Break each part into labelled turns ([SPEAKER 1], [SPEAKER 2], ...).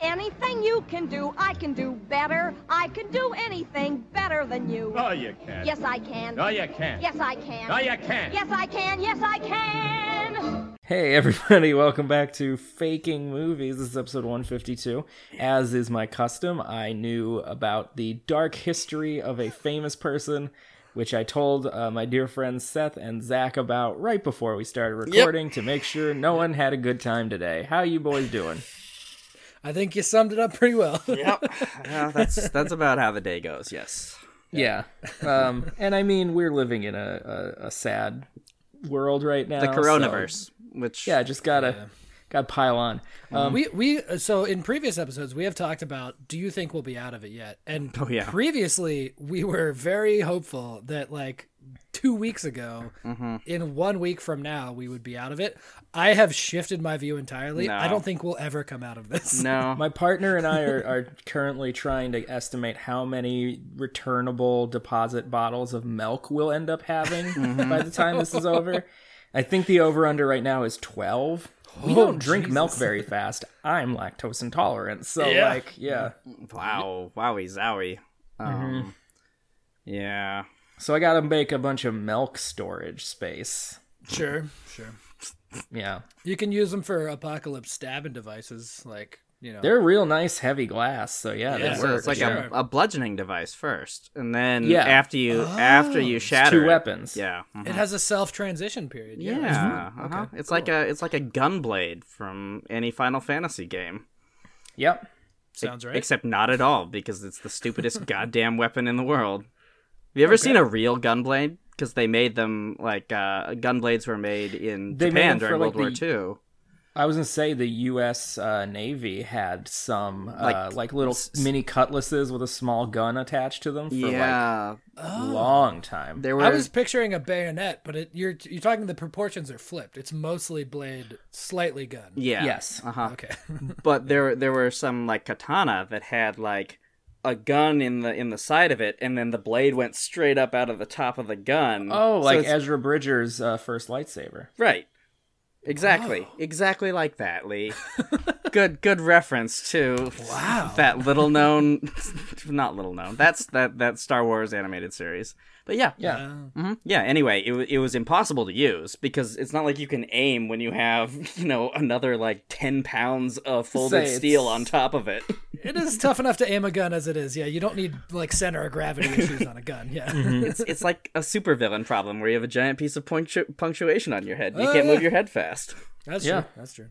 [SPEAKER 1] Anything you can do, I can do better. I can do anything better than you.
[SPEAKER 2] No, you can't.
[SPEAKER 1] Yes, I can.
[SPEAKER 2] No, you can't.
[SPEAKER 1] Yes, I can.
[SPEAKER 2] No, you can't.
[SPEAKER 1] Yes, I can. Yes, I can.
[SPEAKER 3] Hey everybody, welcome back to Faking Movies. This is episode 152. As is my custom, I knew about the dark history of a famous person, which I told uh, my dear friends Seth and Zach about right before we started recording to make sure no one had a good time today. How you boys doing?
[SPEAKER 4] I think you summed it up pretty well.
[SPEAKER 5] Yep. well, that's that's about how the day goes. Yes.
[SPEAKER 3] Yeah. Um, and I mean, we're living in a, a, a sad world right now.
[SPEAKER 5] The
[SPEAKER 3] so-
[SPEAKER 5] coronavirus, which
[SPEAKER 3] yeah, just gotta gotta pile on. Um,
[SPEAKER 4] we we so in previous episodes we have talked about do you think we'll be out of it yet? And
[SPEAKER 5] Oh, yeah.
[SPEAKER 4] previously we were very hopeful that like 2 weeks ago
[SPEAKER 5] Mm-hmm.
[SPEAKER 4] in 1 week from now we would be out of it. I have shifted my view entirely.
[SPEAKER 5] No.
[SPEAKER 4] I don't think we'll ever come out of this.
[SPEAKER 5] no.
[SPEAKER 3] My partner and I are, are currently trying to estimate how many returnable deposit bottles of milk we'll end up having
[SPEAKER 5] Mm-hmm.
[SPEAKER 3] by the time this is over. I think the over under right now is 12. We
[SPEAKER 5] Oh,
[SPEAKER 3] don't drink milk very fast. I'm lactose intolerant. So,
[SPEAKER 4] Yeah.
[SPEAKER 3] like, yeah.
[SPEAKER 5] wow. Wowie zowie.
[SPEAKER 3] Mm-hmm.
[SPEAKER 5] Um, Yeah.
[SPEAKER 3] So, I got to make a bunch of milk storage space.
[SPEAKER 4] Sure, sure.
[SPEAKER 3] Yeah.
[SPEAKER 4] You can use them for apocalypse stabbing devices like, you know.
[SPEAKER 3] They're real nice, heavy glass. So, yeah,
[SPEAKER 4] Yeah.
[SPEAKER 3] they
[SPEAKER 5] So
[SPEAKER 3] work.
[SPEAKER 5] it's like
[SPEAKER 4] sure.
[SPEAKER 5] a, a bludgeoning device first, and then
[SPEAKER 3] Yeah. Oh.
[SPEAKER 5] after you after you shatter it-
[SPEAKER 3] weapons. Mm-hmm.
[SPEAKER 5] Yeah. mhm.
[SPEAKER 4] it has a self transition period.
[SPEAKER 5] Yeah. uh-huh. It's like a it's like a gun blade from any Final Fantasy game.
[SPEAKER 3] Yep.
[SPEAKER 4] Sounds right.
[SPEAKER 5] Except not at all, because it's the stupidest goddamn weapon in the world. Have you ever seen a real gunblade? Because they made them like uh, gunblades were made in
[SPEAKER 3] They made
[SPEAKER 5] Japan
[SPEAKER 3] them for,
[SPEAKER 5] during
[SPEAKER 3] like,
[SPEAKER 5] World
[SPEAKER 3] the-
[SPEAKER 5] War II.
[SPEAKER 3] I was gonna say the U.S. Uh, Navy had some like, uh,
[SPEAKER 5] Like-
[SPEAKER 3] like little mini cutlasses with a small gun attached to them for
[SPEAKER 5] Yeah,
[SPEAKER 3] like a long time.
[SPEAKER 5] there were.
[SPEAKER 4] I was picturing a bayonet, but it, you're you're talking the proportions are flipped. It's mostly blade, slightly gun.
[SPEAKER 5] yeah.
[SPEAKER 3] Yes.
[SPEAKER 5] Uh huh.
[SPEAKER 4] Okay.
[SPEAKER 5] But there there were some like katana that had like a gun in the in the side of it, and then the blade went straight up out of the top of the gun.
[SPEAKER 3] Oh,
[SPEAKER 5] So
[SPEAKER 3] like
[SPEAKER 5] it's-
[SPEAKER 3] Ezra Bridger's uh, first lightsaber.
[SPEAKER 5] Right. Exactly. Exactly like that, Lee. good good reference to
[SPEAKER 4] Wow.
[SPEAKER 5] that little known not little known. That's that that Star Wars animated series. But yeah.
[SPEAKER 3] Yeah.
[SPEAKER 5] hmm Yeah, anyway, it wa- it was impossible to use because it's not like you can aim when you have, you know, another like 10 pounds of
[SPEAKER 3] Say
[SPEAKER 5] folded
[SPEAKER 3] it's-
[SPEAKER 5] steel on top of it.
[SPEAKER 4] it is tough enough to aim a gun as it is. Yeah, you don't need like center of gravity issues on a gun. Yeah.
[SPEAKER 5] It's it's like a supervillain problem where you have a giant piece of punctu- punctuation on your head. and You
[SPEAKER 4] Oh,
[SPEAKER 5] can't
[SPEAKER 4] yeah.
[SPEAKER 5] move your head fast.
[SPEAKER 4] That's
[SPEAKER 3] Yeah.
[SPEAKER 4] true. That's true.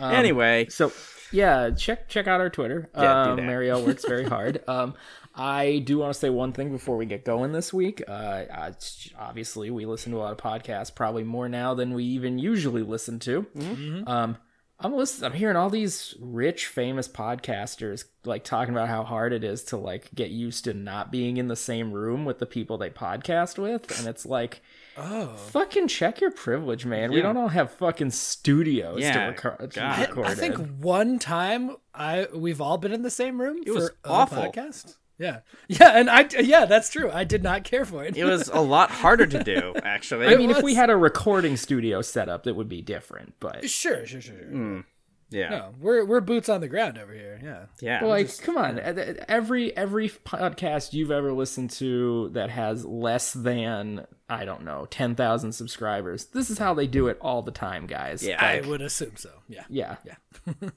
[SPEAKER 4] Yeah.
[SPEAKER 5] anyway,
[SPEAKER 3] Um, So yeah, check check out our Twitter.
[SPEAKER 5] Yeah, do
[SPEAKER 3] um,
[SPEAKER 5] that.
[SPEAKER 3] Marielle works very hard. um, I do want to say one thing before we get going this week. Uh, uh, it's- obviously, we listen to a lot of podcasts, probably more now than we even usually listen to.
[SPEAKER 5] Mm-hmm.
[SPEAKER 3] Um, I'm listening. I'm hearing all these rich, famous podcasters like talking about how hard it is to like get used to not being in the same room with the people they podcast with, and it's like.
[SPEAKER 4] Oh.
[SPEAKER 3] Fucking check your privilege, man. We
[SPEAKER 5] Yeah.
[SPEAKER 3] don't all have fucking studios
[SPEAKER 5] Yeah,
[SPEAKER 3] to, record. to
[SPEAKER 5] God.
[SPEAKER 3] record.
[SPEAKER 4] I think
[SPEAKER 3] in.
[SPEAKER 4] one time I we've all been in the same room for
[SPEAKER 5] was
[SPEAKER 4] a
[SPEAKER 5] awful.
[SPEAKER 4] podcast. Yeah. Yeah, and I yeah, that's true. I did not care for it.
[SPEAKER 5] it was a lot harder to do actually.
[SPEAKER 3] I mean, if we
[SPEAKER 4] was.
[SPEAKER 3] had a recording studio set up, that would be different. But
[SPEAKER 4] sure, sure, sure. sure.
[SPEAKER 5] Mm. yeah.
[SPEAKER 4] No, we're we're boots on the ground over here. Yeah.
[SPEAKER 5] Yeah.
[SPEAKER 3] like, come on, uh, every every podcast you've ever listened to that has less than I don't know ten thousand subscribers, this is how they do it all the time, guys.
[SPEAKER 5] Yeah.
[SPEAKER 4] I
[SPEAKER 3] Like,
[SPEAKER 4] would assume so. Yeah.
[SPEAKER 3] yeah,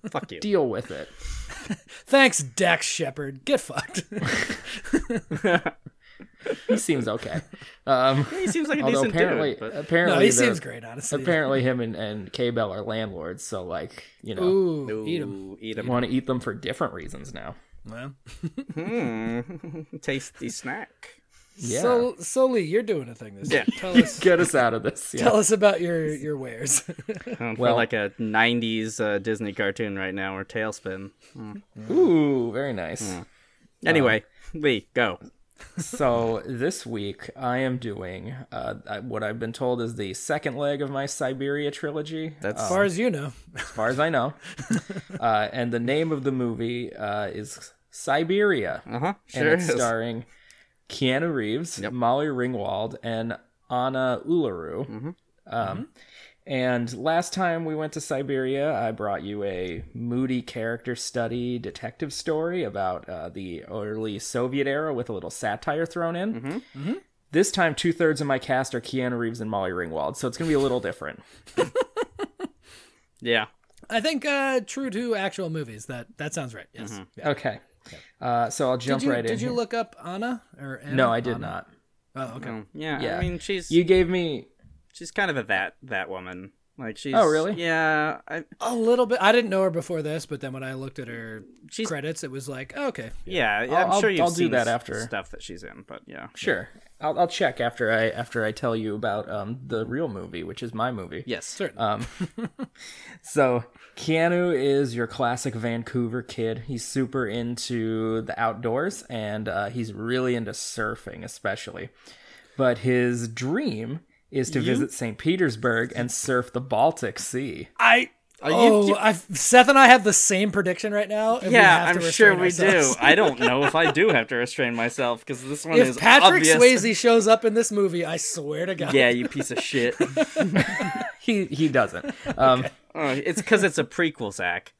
[SPEAKER 5] Fuck you.
[SPEAKER 3] deal with it.
[SPEAKER 4] Thanks, Dax Shepard. Get fucked.
[SPEAKER 3] He seems okay. Um,
[SPEAKER 5] he seems like a
[SPEAKER 3] although
[SPEAKER 5] decent
[SPEAKER 3] apparently,
[SPEAKER 5] dude. but-
[SPEAKER 3] apparently,
[SPEAKER 4] no, he
[SPEAKER 3] the-
[SPEAKER 4] seems great, honestly.
[SPEAKER 3] Apparently, him and and K Bell are landlords, so like you know,
[SPEAKER 4] Ooh, eat him.
[SPEAKER 5] Ooh, eat 'em.
[SPEAKER 3] you want to eat them for different reasons now.
[SPEAKER 4] Well,
[SPEAKER 5] Hmm. Tasty snack.
[SPEAKER 3] Yeah.
[SPEAKER 4] So, so Lee, you're doing a thing this
[SPEAKER 5] Yeah.
[SPEAKER 4] year. Tell us,
[SPEAKER 3] Get us out of this. Yeah.
[SPEAKER 4] tell us about your your wares.
[SPEAKER 5] Um, we're
[SPEAKER 3] Well-
[SPEAKER 5] like a 90s uh, Disney cartoon right now, or Tailspin.
[SPEAKER 3] Uh, Ooh, very nice.
[SPEAKER 5] Anyway, Lee, go.
[SPEAKER 3] so this week I am doing uh, I- what I've been told is the second leg of my Siberia trilogy.
[SPEAKER 5] That's
[SPEAKER 4] as far as you know,
[SPEAKER 3] as far as I know. uh, and the name of the movie uh, is Siberia,
[SPEAKER 5] uh huh.
[SPEAKER 3] and
[SPEAKER 5] Sure.
[SPEAKER 3] it's
[SPEAKER 5] is.
[SPEAKER 3] starring Keanu Reeves, Molly Ringwald, and Anna Ularu.
[SPEAKER 4] Mm-hmm.
[SPEAKER 3] Um, And last time we went to Siberia, I brought you a moody character study detective story about uh, the early Soviet era with a little satire thrown in.
[SPEAKER 4] Mm-hmm.
[SPEAKER 3] This time, two thirds of my cast are Keanu Reeves and Molly Ringwald, so it's going to be a little different.
[SPEAKER 5] Yeah.
[SPEAKER 4] I think uh, true to actual movies. That that sounds right. Yes.
[SPEAKER 5] Mm-hmm.
[SPEAKER 4] Yeah.
[SPEAKER 3] Okay. Uh, so I'll jump
[SPEAKER 4] Did you
[SPEAKER 3] right in.
[SPEAKER 4] did you
[SPEAKER 3] here.
[SPEAKER 4] look up Anna or Anna?
[SPEAKER 3] No, I did
[SPEAKER 4] Anna?
[SPEAKER 3] not.
[SPEAKER 4] Oh, okay.
[SPEAKER 5] Mm, Yeah.
[SPEAKER 3] Yeah.
[SPEAKER 5] I mean, she's
[SPEAKER 3] You gave me.
[SPEAKER 5] she's kind of a that that woman. Like she's.
[SPEAKER 3] Oh, really?
[SPEAKER 5] Yeah. I,
[SPEAKER 4] A little bit. I didn't know her before this, but then when I looked at her
[SPEAKER 5] She's-
[SPEAKER 4] credits, it was like, oh, okay,
[SPEAKER 5] yeah.
[SPEAKER 3] I'll-
[SPEAKER 5] I'm
[SPEAKER 3] I'll-
[SPEAKER 5] sure you've
[SPEAKER 3] I'll do
[SPEAKER 5] seen
[SPEAKER 3] that
[SPEAKER 5] s-
[SPEAKER 3] after.
[SPEAKER 5] stuff that she's in, but yeah.
[SPEAKER 3] Sure. I'll, I'll check after I after I tell you about um, the real movie, which is my movie.
[SPEAKER 5] Yes.
[SPEAKER 4] certain.
[SPEAKER 3] Um, So Keanu is your classic Vancouver kid. He's super into the outdoors and uh, he's really into surfing, especially. But his dream is to visit St. Petersburg and surf the Baltic Sea.
[SPEAKER 4] I. oh, i Seth and I have the same prediction right now. and we
[SPEAKER 5] Yeah,
[SPEAKER 4] have to
[SPEAKER 5] I'm sure
[SPEAKER 4] restrain
[SPEAKER 5] we
[SPEAKER 4] ourselves.
[SPEAKER 5] do. I don't know if I do have to restrain myself because this one is
[SPEAKER 4] If Patrick
[SPEAKER 5] obvious.
[SPEAKER 4] Swayze shows up in this movie, I swear to God.
[SPEAKER 5] Yeah, you piece of shit. Uh,
[SPEAKER 3] He he doesn't. Um,
[SPEAKER 5] Oh, it's because it's a prequel, Zach.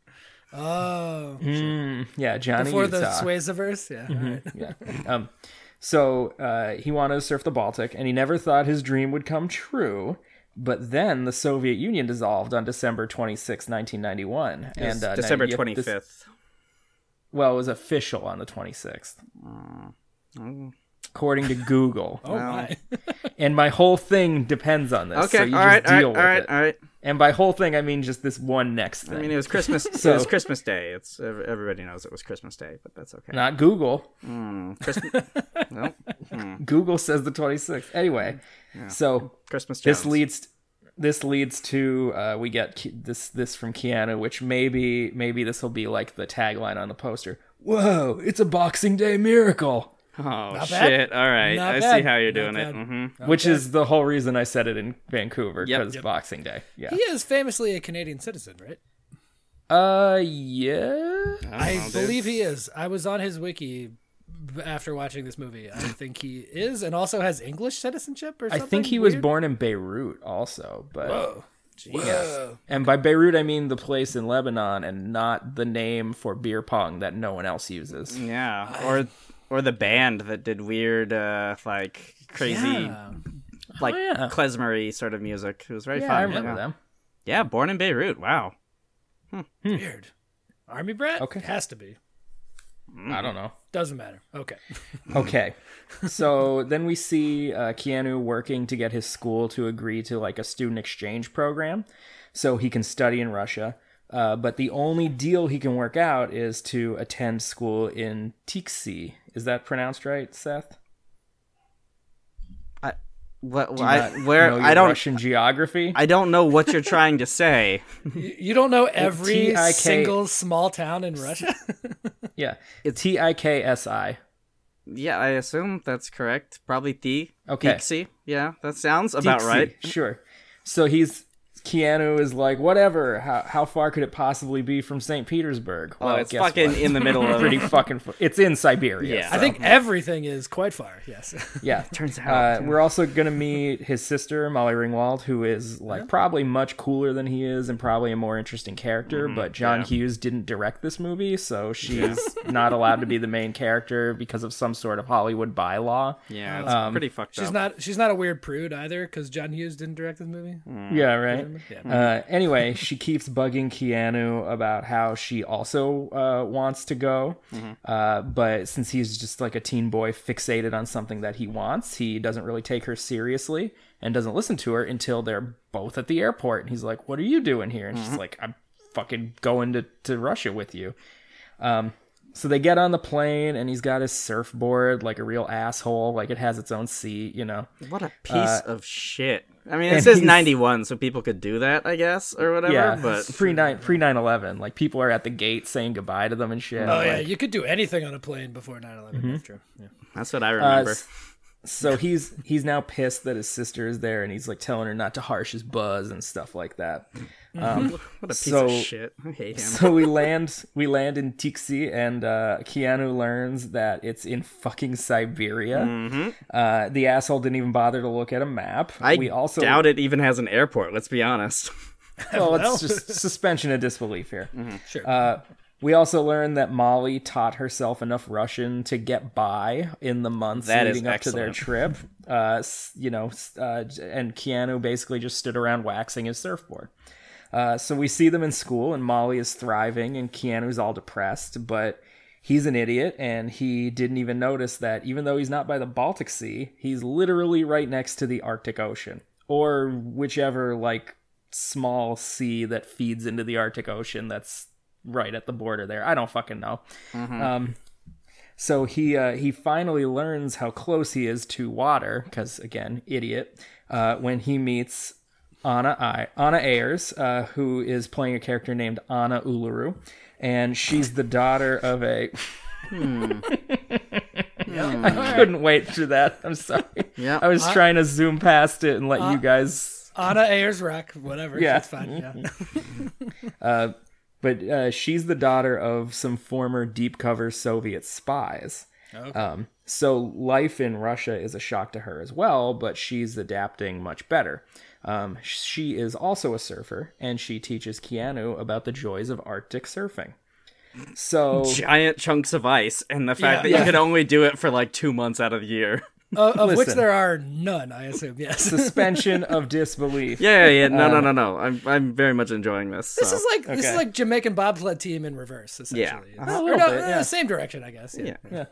[SPEAKER 4] Oh,
[SPEAKER 3] mm, Yeah, Johnny
[SPEAKER 4] before the
[SPEAKER 3] Utah.
[SPEAKER 4] Swayzeverse. Yeah. all right.
[SPEAKER 3] yeah. Um, so uh, he wanted to surf the Baltic, and he never thought his dream would come true. But then the Soviet Union dissolved on December 26, 1991. And uh,
[SPEAKER 5] December
[SPEAKER 3] now you have
[SPEAKER 5] 25th.
[SPEAKER 3] this- well, it was official on the 26th.
[SPEAKER 5] Mm.
[SPEAKER 3] According to Google.
[SPEAKER 4] Oh my.
[SPEAKER 3] And my whole thing depends on this.
[SPEAKER 5] Okay,
[SPEAKER 3] so you
[SPEAKER 5] all
[SPEAKER 3] just
[SPEAKER 5] right, all right,
[SPEAKER 3] deal
[SPEAKER 5] all
[SPEAKER 3] with
[SPEAKER 5] right,
[SPEAKER 3] it.
[SPEAKER 5] all right.
[SPEAKER 3] And by whole thing, I mean just this one next thing.
[SPEAKER 5] I mean, it was Christmas.
[SPEAKER 3] So-
[SPEAKER 5] it was Christmas Day. It's ev- everybody knows it was Christmas Day, but that's okay.
[SPEAKER 3] Not Google.
[SPEAKER 5] Christmas, well, Mm.
[SPEAKER 3] Google says the 26th. Anyway, so
[SPEAKER 5] Christmas.
[SPEAKER 3] this
[SPEAKER 5] Jones.
[SPEAKER 3] leads this leads to uh, we get Ke- this this from Keanu, which maybe maybe this will be like the tagline on the poster. Whoa! It's a Boxing Day miracle,
[SPEAKER 5] Oh
[SPEAKER 4] bad.
[SPEAKER 5] shit! All right,
[SPEAKER 4] Not
[SPEAKER 5] I see
[SPEAKER 4] bad.
[SPEAKER 5] how you're
[SPEAKER 4] Not
[SPEAKER 5] doing it.
[SPEAKER 4] bad.
[SPEAKER 5] hmm
[SPEAKER 3] which is the whole reason I said it in Vancouver
[SPEAKER 5] Yep.
[SPEAKER 3] because Boxing Day. Yeah.
[SPEAKER 4] He is famously a Canadian citizen, right?
[SPEAKER 3] Uh, yeah.
[SPEAKER 4] I
[SPEAKER 5] know, dude.
[SPEAKER 4] believe he is. I was on his wiki b- after watching this movie. I think he is, and also has English citizenship or
[SPEAKER 3] I
[SPEAKER 4] something.
[SPEAKER 3] think he was
[SPEAKER 4] weird?
[SPEAKER 3] born in Beirut, also, but
[SPEAKER 4] Whoa. Whoa.
[SPEAKER 3] and by Beirut I mean the place in Lebanon, and not the name for beer pong that no one else uses.
[SPEAKER 5] Yeah, or or the band that did weird, uh, like crazy,
[SPEAKER 4] Yeah.
[SPEAKER 5] like
[SPEAKER 3] Oh, yeah.
[SPEAKER 5] klezmery sort of music. It was very
[SPEAKER 3] Yeah,
[SPEAKER 5] fun.
[SPEAKER 3] I remember
[SPEAKER 5] yeah.
[SPEAKER 3] them.
[SPEAKER 5] Yeah, born in Beirut. Wow.
[SPEAKER 4] Weird. Army brat?
[SPEAKER 3] Okay.
[SPEAKER 4] Has to be.
[SPEAKER 3] I don't know.
[SPEAKER 4] Doesn't matter. Okay.
[SPEAKER 3] Okay. So then we see uh, Keanu working to get his school to agree to like a student exchange program so he can study in Russia. Uh, but the only deal he can work out is to attend school in Tiksi. Is that pronounced right, Seth?
[SPEAKER 5] What?
[SPEAKER 3] Do you
[SPEAKER 5] I,
[SPEAKER 3] not
[SPEAKER 5] where?
[SPEAKER 3] know your
[SPEAKER 5] I don't.
[SPEAKER 3] Russian geography.
[SPEAKER 5] I don't know what you're trying to say.
[SPEAKER 4] You, you don't know every
[SPEAKER 3] TIK
[SPEAKER 4] single small town in Russia?
[SPEAKER 3] yeah, it's T I K S I.
[SPEAKER 5] yeah, I assume that's correct. Probably T.
[SPEAKER 3] Okay. E.
[SPEAKER 5] Dixie. Yeah, that sounds about
[SPEAKER 3] Dixie,
[SPEAKER 5] right.
[SPEAKER 3] Sure. So he's Keanu is like, whatever. How how far could it possibly be from St. Petersburg?
[SPEAKER 5] Oh, it's fucking in the middle of.
[SPEAKER 3] pretty fucking. fu- It's in Siberia.
[SPEAKER 5] Yeah.
[SPEAKER 4] I think everything is quite far. Yes.
[SPEAKER 3] Yeah.
[SPEAKER 5] Turns
[SPEAKER 3] Uh,
[SPEAKER 5] out.
[SPEAKER 3] we're also going to meet his sister, Molly Ringwald, who is like probably much cooler than he is and probably a more interesting character.
[SPEAKER 5] Mm-hmm.
[SPEAKER 3] but John Hughes didn't direct this movie, so she's not allowed to be the main character because of some sort of Hollywood bylaw.
[SPEAKER 5] yeah, it's pretty fucked
[SPEAKER 4] She's
[SPEAKER 5] up.
[SPEAKER 4] not she's not a weird prude either cuz John Hughes didn't direct this movie.
[SPEAKER 3] Yeah, right. Uh, anyway, she keeps bugging Keanu about how she also uh, wants to go, uh, but since he's just like a teen boy fixated on something that he wants, he doesn't really take her seriously and doesn't listen to her until they're both at the airport. And he's like, "What are you doing here?" And she's like, "I'm fucking going to to Russia with you." Um, So they get on the plane, and he's got his surfboard like a real asshole. Like it has its own seat, you know.
[SPEAKER 5] What a piece of shit. I mean,
[SPEAKER 3] and
[SPEAKER 5] it says
[SPEAKER 3] he's-
[SPEAKER 5] 91, so people could do that, I guess, or whatever.
[SPEAKER 3] Yeah,
[SPEAKER 5] but
[SPEAKER 3] pre nine pre nine eleven. Like people are at the gate saying goodbye to them and shit.
[SPEAKER 4] Oh
[SPEAKER 3] like, Mm-hmm.
[SPEAKER 4] yeah, you could do anything on a plane before 9/11. That's true. Yeah.
[SPEAKER 5] that's what I
[SPEAKER 3] Uh,
[SPEAKER 5] remember.
[SPEAKER 3] s- so he's he's now pissed that his sister is there, and he's like telling her not to harsh his buzz and stuff like that.
[SPEAKER 5] Mm-hmm. what a piece
[SPEAKER 3] so-
[SPEAKER 5] of shit. I hate him.
[SPEAKER 3] So we land we land in Tixi, and uh, Keanu learns that it's in fucking Siberia. Uh, the asshole didn't even bother to look at a map.
[SPEAKER 5] Mm-hmm. I
[SPEAKER 3] we also
[SPEAKER 5] doubt it even has an airport, let's be honest.
[SPEAKER 3] Well,
[SPEAKER 4] Well.
[SPEAKER 3] it's just suspension of disbelief here.
[SPEAKER 5] Mm-hmm.
[SPEAKER 4] Sure.
[SPEAKER 3] Uh, We also learned that Molly taught herself enough Russian to get by in the months
[SPEAKER 5] That is
[SPEAKER 3] leading up to their trip. Uh, s- you know, s- uh, j- and Keanu basically just stood around waxing his surfboard. Uh, so we see them in school, and Molly is thriving, and Keanu's all depressed, but he's an idiot, and he didn't even notice that even though he's not by the Baltic Sea, he's literally right next to the Arctic Ocean or whichever like small sea that feeds into the Arctic Ocean that's right at the border there. I don't fucking know. Um, so he uh, he finally learns how close he is to water because again, idiot. Uh, when he meets Anna I- Anna Ayers, uh, who is playing a character named Anna Uluru, and she's the daughter of a. I couldn't wait for that. I'm sorry.
[SPEAKER 5] Yeah.
[SPEAKER 3] I was trying to zoom past it and let you guys
[SPEAKER 4] Anna Ayers Rock, whatever.
[SPEAKER 3] Yeah.
[SPEAKER 4] That's fine. Yeah.
[SPEAKER 3] but uh, she's the daughter of some former deep cover Soviet spies. Um, so life in Russia is a shock to her as well, but she's adapting much better. Um, she is also a surfer, and she teaches Keanu about the joys of Arctic surfing. So
[SPEAKER 5] Giant chunks of ice, and the fact
[SPEAKER 4] Yeah.
[SPEAKER 5] that you can only do it for like two months out of the year.
[SPEAKER 4] Uh, of which
[SPEAKER 3] Listen.
[SPEAKER 4] there are none, I assume. Yes.
[SPEAKER 3] suspension of disbelief.
[SPEAKER 5] Yeah, yeah, yeah. No, no, no, no. I'm, I'm very much enjoying Uh, this.
[SPEAKER 4] This
[SPEAKER 5] so.
[SPEAKER 4] is like this is
[SPEAKER 3] okay.
[SPEAKER 4] like Jamaican bobsled team in reverse, essentially.
[SPEAKER 5] Uh-huh.
[SPEAKER 3] A
[SPEAKER 4] Or
[SPEAKER 3] little
[SPEAKER 4] no,
[SPEAKER 3] bit,
[SPEAKER 4] uh,
[SPEAKER 3] yeah.
[SPEAKER 4] same direction, I guess. Yeah.
[SPEAKER 5] Yeah.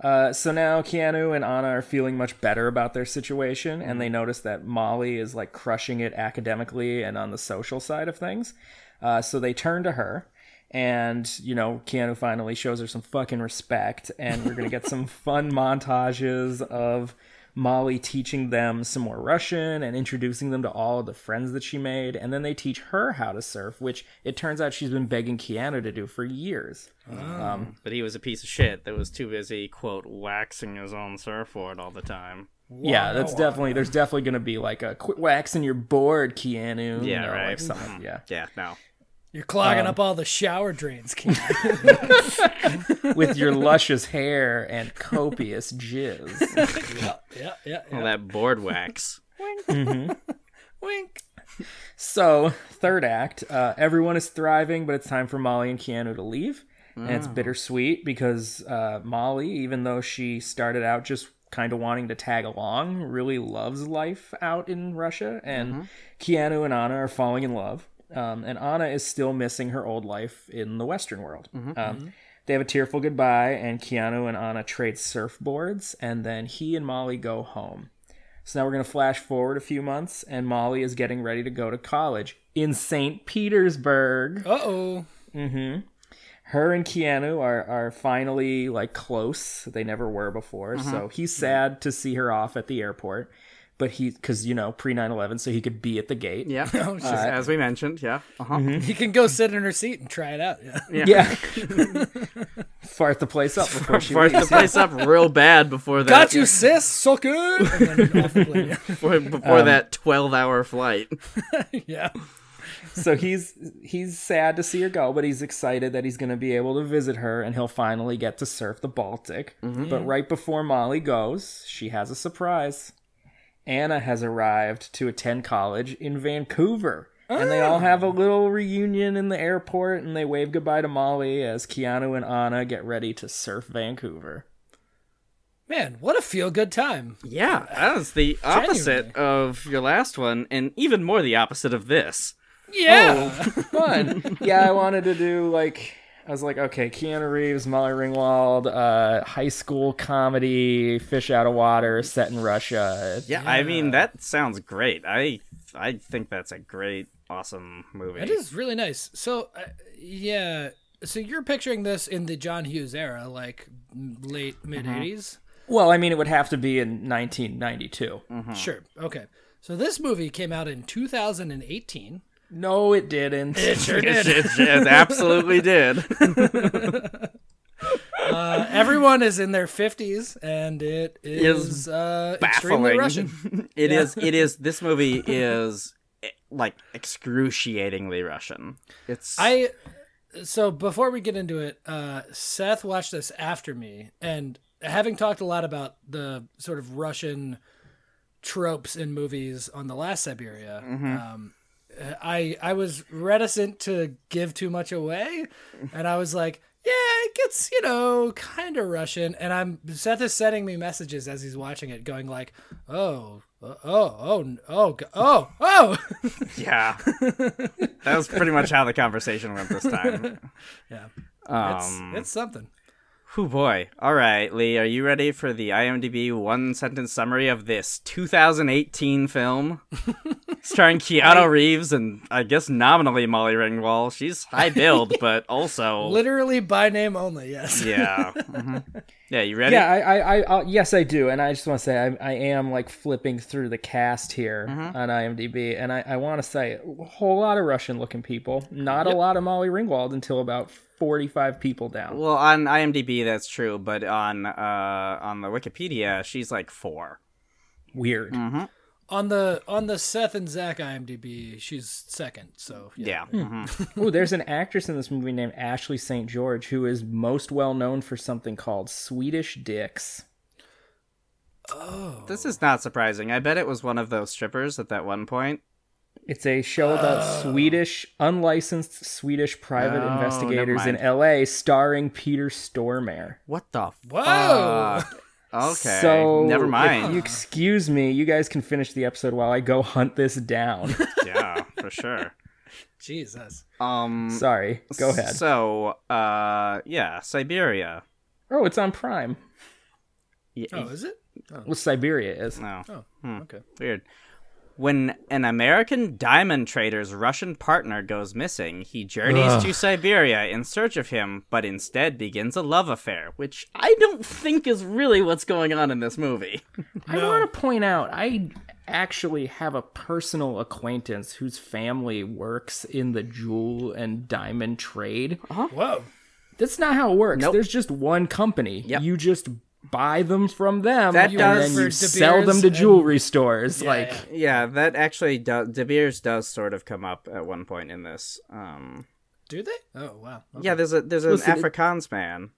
[SPEAKER 3] Uh, so now Keanu and Anna are feeling much better about their situation, and they notice that Molly is like crushing it academically and on the social side of things. Uh, so they turn to her, and you know, Keanu finally shows her some fucking respect, and we're gonna get some fun montages of Molly teaching them some more Russian and introducing them to all of the friends that she made, and then they teach her how to surf, which it turns out she's been begging Keanu to do for years.
[SPEAKER 5] But he was a piece of shit that was too busy, quote, waxing his own surfboard all the time.
[SPEAKER 3] Yeah, that's definitely. There's definitely going to be like a quit waxing your board, Keanu.
[SPEAKER 5] Yeah,
[SPEAKER 3] you know,
[SPEAKER 5] right.
[SPEAKER 3] Like something. Yeah,
[SPEAKER 5] Yeah, no.
[SPEAKER 4] You're
[SPEAKER 3] Um,
[SPEAKER 4] clogging up all the shower drains. Keith.
[SPEAKER 3] with your luscious hair and copious jizz.
[SPEAKER 4] yeah, yeah, yeah. yeah.
[SPEAKER 5] All that board wax.
[SPEAKER 4] Wink.
[SPEAKER 3] So, third act, uh, everyone is thriving, but it's time for Molly and Keanu to leave. And it's bittersweet because uh, Molly, even though she started out just kind of wanting to tag along, really loves life out in Russia. And Keanu and Anna are falling in love. Um, and Anna is still missing her old life in the Western world. Um, they have a tearful goodbye, and Keanu and Anna trade surfboards, and then he and Molly go home. So now we're going to flash forward a few months, and Molly is getting ready to go to college in St. Petersburg.
[SPEAKER 4] Uh oh.
[SPEAKER 5] Mm-hmm.
[SPEAKER 3] Her and Keanu are, are finally like close. They never were before.
[SPEAKER 5] Mm-hmm.
[SPEAKER 3] So he's sad to see her off at the airport, but he, because, you know, pre 9 11, so he could be at the gate.
[SPEAKER 5] Yeah.
[SPEAKER 4] Oh,
[SPEAKER 5] as we mentioned, yeah. Uh-huh.
[SPEAKER 4] He can go sit in her seat and try it out. Yeah.
[SPEAKER 3] Yeah. Fart the place up before she
[SPEAKER 5] Fart the
[SPEAKER 3] leaves.
[SPEAKER 5] place up real bad before that
[SPEAKER 4] Got you, sis, sucker. And then off the plane.
[SPEAKER 5] before, before
[SPEAKER 4] Um,
[SPEAKER 5] that 12-hour flight.
[SPEAKER 4] Yeah.
[SPEAKER 3] so he's he's sad to see her go, but he's excited that he's going to be able to visit her and he'll finally get to surf the Baltic. But right before Molly goes, she has a surprise. Anna has arrived to attend college in Vancouver. And they all have a little reunion in the airport and they wave goodbye to Molly as Keanu and Anna get ready to surf Vancouver.
[SPEAKER 4] Man, what a feel good time.
[SPEAKER 5] Yeah, that was the opposite of your last one and even more the opposite of this.
[SPEAKER 4] Yeah.
[SPEAKER 3] fun. yeah, I wanted to do like I was like, okay, Keanu Reeves, Molly Ringwald, uh, high school comedy, fish out of water, set in Russia.
[SPEAKER 5] Yeah, I mean that sounds great. I I think that's a great awesome movie.
[SPEAKER 4] That is really nice. So, uh, yeah, so you're picturing this in the John Hughes era, like m- late mid 80s?
[SPEAKER 3] Well, I mean, it would have to be in 1992.
[SPEAKER 5] Mm.
[SPEAKER 4] Sure. Okay. So this movie came out in 2018.
[SPEAKER 3] No, it didn't.
[SPEAKER 4] Sure
[SPEAKER 5] It, it, it absolutely did.
[SPEAKER 4] Uh, Everyone is in their 50s, and it is, uh, extremely
[SPEAKER 5] baffling.
[SPEAKER 4] Russian.
[SPEAKER 5] It is- It is. This movie is eh, like excruciatingly Russian. It's.
[SPEAKER 4] I so before we get into it, uh, Seth watched this after me, and having talked a lot about the sort of Russian tropes in movies on the last Siberia, um, I I was reticent to give too much away, and I was like. Yeah, it gets you know kind of Russian, and I'm Seth is sending me messages as he's watching it, going like, "Oh, oh, oh, oh, oh, oh!"
[SPEAKER 5] Yeah. that was pretty much how the conversation went this time.
[SPEAKER 4] yeah, it's
[SPEAKER 5] Um,
[SPEAKER 4] it's something.
[SPEAKER 5] whew, boy. All right, Lee, are you ready for the IMDb one sentence summary of this 2018 film? Starring Keanu Reeves and I guess nominally Molly Ringwald. She's high billed, but also.
[SPEAKER 4] Literally by name only, yes.
[SPEAKER 5] yeah. Mhm. Yeah, you ready?
[SPEAKER 3] Yeah, I, I, I, uh, yes, I do, and I just want to say I, I am like flipping through the cast here
[SPEAKER 5] Mm-hmm.
[SPEAKER 3] on IMDb, and I, I want to say a whole lot of Russian-looking people, not a lot of Molly Ringwald until about forty-five people down.
[SPEAKER 5] Well, on IMDb that's true, but on uh on the Wikipedia she's like four.
[SPEAKER 3] Weird.
[SPEAKER 5] Mm-hmm.
[SPEAKER 4] On the on the Seth and Zach IMDb, she's second. So
[SPEAKER 5] Yeah. mm-hmm.
[SPEAKER 3] Oh, there's an actress in this movie named Ashley St. George who is most well known for something called Swedish Dicks.
[SPEAKER 4] Oh,
[SPEAKER 5] This is not surprising. I bet it was one of those strippers at that one point.
[SPEAKER 3] It's a show about Swedish unlicensed Swedish private
[SPEAKER 5] Oh,
[SPEAKER 3] investigators in
[SPEAKER 5] never
[SPEAKER 3] L.A. starring Peter Stormare.
[SPEAKER 5] What the f-
[SPEAKER 4] Whoa!
[SPEAKER 5] Okay.
[SPEAKER 3] So
[SPEAKER 5] never
[SPEAKER 3] if
[SPEAKER 5] mind.
[SPEAKER 3] you excuse me, you guys can finish the episode while I go hunt this down.
[SPEAKER 5] yeah, for sure.
[SPEAKER 4] Jesus.
[SPEAKER 5] Um
[SPEAKER 3] Sorry. Go ahead.
[SPEAKER 5] So, uh yeah, Siberia.
[SPEAKER 3] Oh, it's on Prime.
[SPEAKER 5] Y-
[SPEAKER 4] Oh, is it?
[SPEAKER 3] Well, Siberia is.
[SPEAKER 5] No.
[SPEAKER 4] Oh, okay.
[SPEAKER 5] Weird. When an American diamond trader's Russian partner goes missing, he journeys to Siberia in search of him, but instead begins a love affair, which I don't think is really what's going on in this movie.
[SPEAKER 3] I want to point out I actually have a personal acquaintance whose family works in the jewel and diamond trade.
[SPEAKER 4] Whoa.
[SPEAKER 3] That's not how it works.
[SPEAKER 5] Nope.
[SPEAKER 3] There's just one company.
[SPEAKER 5] Yep.
[SPEAKER 3] You just buy them from them
[SPEAKER 5] That
[SPEAKER 3] and
[SPEAKER 5] does-
[SPEAKER 3] then
[SPEAKER 4] For De
[SPEAKER 3] you sell them
[SPEAKER 4] Beers
[SPEAKER 3] to
[SPEAKER 4] and-
[SPEAKER 3] jewelry stores. like
[SPEAKER 4] yeah.
[SPEAKER 5] Yeah, that actually do- De Beers does sort of come up at one point in this. Um,
[SPEAKER 4] Do they? Oh wow. Okay.
[SPEAKER 5] yeah, there's a there's an
[SPEAKER 3] Listen, it-
[SPEAKER 5] Afrikaans man.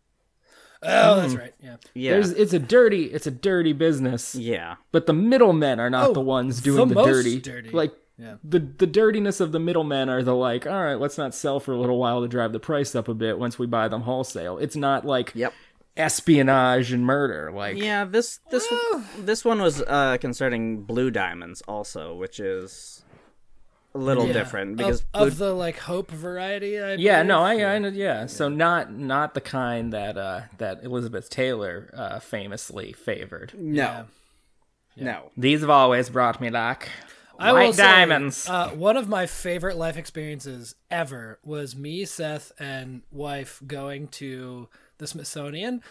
[SPEAKER 4] Oh,
[SPEAKER 5] Hmm.
[SPEAKER 4] that's right. Yeah.
[SPEAKER 5] Yeah,
[SPEAKER 3] there's it's a dirty it's a dirty business.
[SPEAKER 5] yeah,
[SPEAKER 3] but the middlemen are not
[SPEAKER 4] Oh,
[SPEAKER 3] the ones
[SPEAKER 4] the
[SPEAKER 3] doing the,
[SPEAKER 4] most
[SPEAKER 3] dirty.
[SPEAKER 4] dirty.
[SPEAKER 3] Like
[SPEAKER 4] Yeah.
[SPEAKER 3] the the dirtiness of the middlemen are the like, all right, let's not sell for a little while to drive the price up a bit once we buy them wholesale. It's not like
[SPEAKER 5] Yep.
[SPEAKER 3] espionage and murder. Like
[SPEAKER 5] yeah. This this this one was uh, concerning blue diamonds also, which is a little
[SPEAKER 4] Yeah.
[SPEAKER 5] different
[SPEAKER 4] Of-
[SPEAKER 5] because
[SPEAKER 4] of,
[SPEAKER 5] blue
[SPEAKER 4] the like hope variety. I
[SPEAKER 3] Yeah, no,
[SPEAKER 4] believe.
[SPEAKER 3] I, I yeah. So not not the kind that uh that Elizabeth Taylor uh famously favored.
[SPEAKER 5] No. No.
[SPEAKER 3] These have always brought me luck.
[SPEAKER 4] I
[SPEAKER 3] White
[SPEAKER 4] will say,
[SPEAKER 3] diamonds.
[SPEAKER 4] uh, one of my favorite life experiences ever was me, Seth, and wife going to the Smithsonian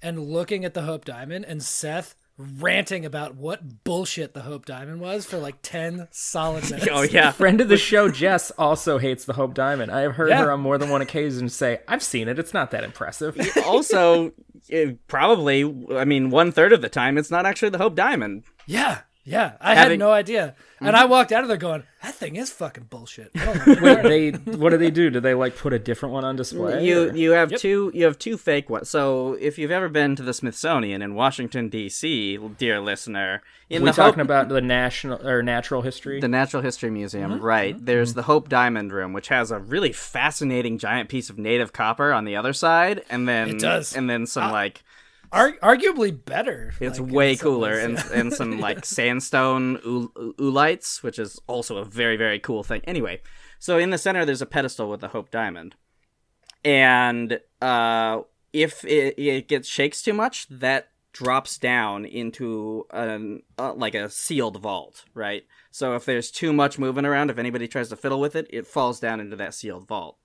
[SPEAKER 4] and looking at the Hope Diamond, and Seth ranting about what bullshit the Hope Diamond was for like ten solid minutes.
[SPEAKER 5] Oh yeah.
[SPEAKER 3] Friend of the show, Jess, also hates the Hope Diamond. I have heard
[SPEAKER 4] Yeah.
[SPEAKER 3] her on more than one occasion say, "I've seen it. It's not that impressive."
[SPEAKER 5] also, it probably I mean one third of the time it's not actually the Hope Diamond.
[SPEAKER 4] yeah, yeah. I
[SPEAKER 5] Having- Mm-hmm.
[SPEAKER 4] had no idea, and I walked out of there going, "That thing is fucking bullshit." I don't like it."
[SPEAKER 3] they what do they do? Do they like put a different one on display?
[SPEAKER 5] You
[SPEAKER 3] or-
[SPEAKER 5] you have two you have two fake ones. So if you've ever been to the Smithsonian in Washington D.C., dear listener, in
[SPEAKER 3] we
[SPEAKER 5] the
[SPEAKER 3] talking
[SPEAKER 5] Hope,
[SPEAKER 3] about the national or natural history?
[SPEAKER 5] the Natural History Museum,
[SPEAKER 4] Mm-hmm,
[SPEAKER 5] right? There's the Hope Diamond Room, which has a really fascinating giant piece of native copper on the other side, and then
[SPEAKER 4] It does.
[SPEAKER 5] and then some like
[SPEAKER 4] Ar- arguably better.
[SPEAKER 5] It's
[SPEAKER 4] like, in
[SPEAKER 5] way
[SPEAKER 4] some
[SPEAKER 5] cooler,
[SPEAKER 4] ways,
[SPEAKER 5] and
[SPEAKER 4] yeah.
[SPEAKER 5] and some like sandstone ool- oolites, which is also a very very cool thing. Anyway, so in the center there's a pedestal with the Hope Diamond, and uh, if it, it gets shakes too much, that drops down into an uh, like a sealed vault, right? So if there's too much moving around, if anybody tries to fiddle with it, it falls down into that sealed vault.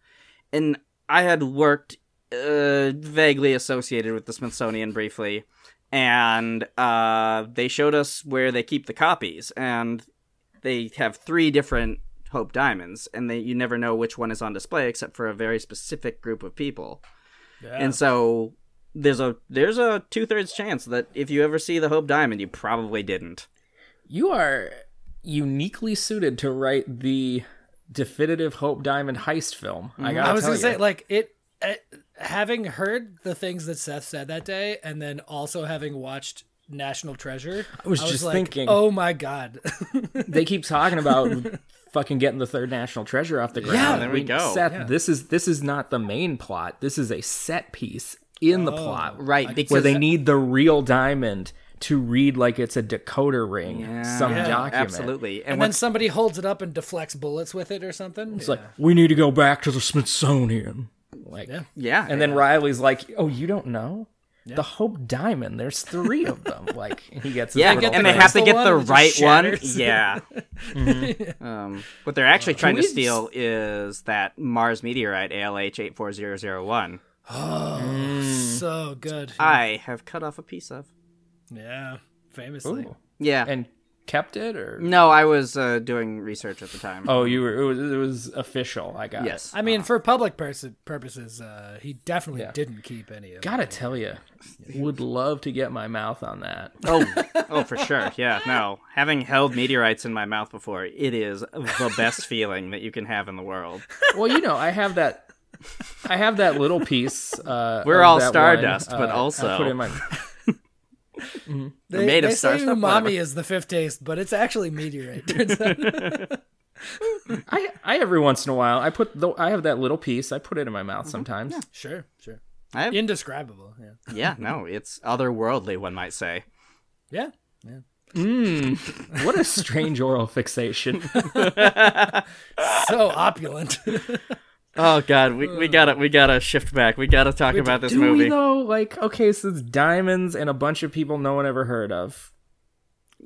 [SPEAKER 5] And I had worked uh, vaguely associated with the Smithsonian briefly, and uh, they showed us where they keep the copies, and they have three different Hope Diamonds, and they, you never know which one is on display except for a very specific group of people.
[SPEAKER 4] Yeah.
[SPEAKER 5] And so there's a there's a two thirds chance that if you ever see the Hope Diamond, you probably didn't.
[SPEAKER 3] You are uniquely suited to write the definitive Hope Diamond heist film. I gotta
[SPEAKER 4] I was
[SPEAKER 3] tell
[SPEAKER 4] gonna
[SPEAKER 3] you.
[SPEAKER 4] say like it, it. Having heard the things that Seth said that day, and then also having watched National Treasure, I
[SPEAKER 3] was just
[SPEAKER 4] like,
[SPEAKER 3] thinking-
[SPEAKER 4] oh my god,
[SPEAKER 3] they keep talking about fucking getting the third national treasure off the ground.
[SPEAKER 4] Yeah,
[SPEAKER 5] there
[SPEAKER 3] I
[SPEAKER 5] we
[SPEAKER 3] mean,
[SPEAKER 5] go.
[SPEAKER 3] Seth, this is this is not the main plot. This is a set piece in the plot
[SPEAKER 5] Right, because
[SPEAKER 3] where they need the real diamond to read like it's a decoder ring, some
[SPEAKER 4] Yeah,
[SPEAKER 3] document.
[SPEAKER 5] absolutely. And,
[SPEAKER 4] and
[SPEAKER 5] when
[SPEAKER 4] then somebody holds it up and deflects bullets with it or something.
[SPEAKER 3] It's like we need to go back to the Smithsonian. Like,
[SPEAKER 5] yeah,
[SPEAKER 3] and then Riley's like, "Oh, you don't know." The Hope Diamond. There's three of them. Like and he gets his
[SPEAKER 5] yeah,
[SPEAKER 3] little
[SPEAKER 5] and they
[SPEAKER 3] thing.
[SPEAKER 5] have to
[SPEAKER 4] the
[SPEAKER 5] get
[SPEAKER 4] one
[SPEAKER 5] the
[SPEAKER 4] that just
[SPEAKER 5] right one.
[SPEAKER 4] shatters.
[SPEAKER 5] Yeah. Um, what they're actually trying to
[SPEAKER 3] we
[SPEAKER 5] steal is that Mars meteorite ALH eight four zero zero one.
[SPEAKER 3] mm.
[SPEAKER 4] so good.
[SPEAKER 5] I have cut off a piece of.
[SPEAKER 4] yeah, famously.
[SPEAKER 3] Ooh.
[SPEAKER 5] Yeah.
[SPEAKER 3] and kept it or
[SPEAKER 5] no, I was uh, doing research at the time.
[SPEAKER 3] Mm. Oh, you were. It was, it was official. I got. it.
[SPEAKER 5] yes.
[SPEAKER 4] I mean, for public pers- purposes, uh, he definitely didn't keep any of
[SPEAKER 3] Gotta tell you, would love to get my mouth on that.
[SPEAKER 5] Oh, oh, for sure. Yeah, no. Having held meteorites in my mouth before, it is the best feeling that you can have in the world.
[SPEAKER 3] Well, you know, I have that. I have that little piece. Uh,
[SPEAKER 5] We're
[SPEAKER 3] of
[SPEAKER 5] all
[SPEAKER 3] that
[SPEAKER 5] stardust,
[SPEAKER 3] one,
[SPEAKER 5] but
[SPEAKER 3] uh, I
[SPEAKER 5] also-
[SPEAKER 3] put in my.
[SPEAKER 4] it.
[SPEAKER 5] They're made of
[SPEAKER 4] they
[SPEAKER 5] star
[SPEAKER 4] say
[SPEAKER 5] stuff,
[SPEAKER 4] umami
[SPEAKER 5] whatever.
[SPEAKER 4] is the fifth taste, but it's actually meteorite. Turns out.
[SPEAKER 3] I, I every once in a while I put the, I have that little piece. I put it in my mouth sometimes.
[SPEAKER 4] sure, sure.
[SPEAKER 5] I have-
[SPEAKER 4] Indescribable. Yeah.
[SPEAKER 5] Yeah, no, it's otherworldly, one might say.
[SPEAKER 4] Yeah.
[SPEAKER 3] Mm, what a strange oral fixation.
[SPEAKER 4] So opulent.
[SPEAKER 5] Oh God, we, we gotta we gotta shift back. We gotta talk about this
[SPEAKER 3] Do we
[SPEAKER 5] movie.
[SPEAKER 3] though? Like, okay, so it's diamonds and a bunch of people no one ever heard of.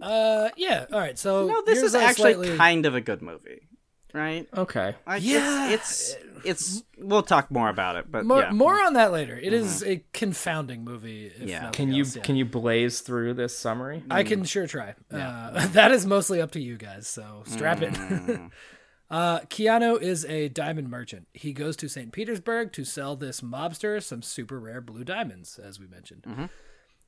[SPEAKER 4] uh, yeah. All right. So
[SPEAKER 5] No, this
[SPEAKER 4] here's
[SPEAKER 5] is
[SPEAKER 4] a
[SPEAKER 5] actually
[SPEAKER 4] slightly-
[SPEAKER 5] kind of a good movie, right?
[SPEAKER 3] Okay,
[SPEAKER 5] Like,
[SPEAKER 4] Yeah.
[SPEAKER 5] it's, it's it's we'll talk more about it, but
[SPEAKER 4] more
[SPEAKER 5] yeah.
[SPEAKER 4] more on that later. It is a confounding movie. If
[SPEAKER 5] Yeah.
[SPEAKER 4] nothing
[SPEAKER 3] Mm-hmm. can you
[SPEAKER 4] else, yeah.
[SPEAKER 3] can you blaze through this summary?
[SPEAKER 4] I can sure try. Uh, that is mostly up to you guys, so strap
[SPEAKER 5] Mm.
[SPEAKER 4] it. uh, Keanu is a diamond merchant. He goes to St. Petersburg to sell this mobster some super rare blue diamonds, as we mentioned.
[SPEAKER 5] Mm-hmm.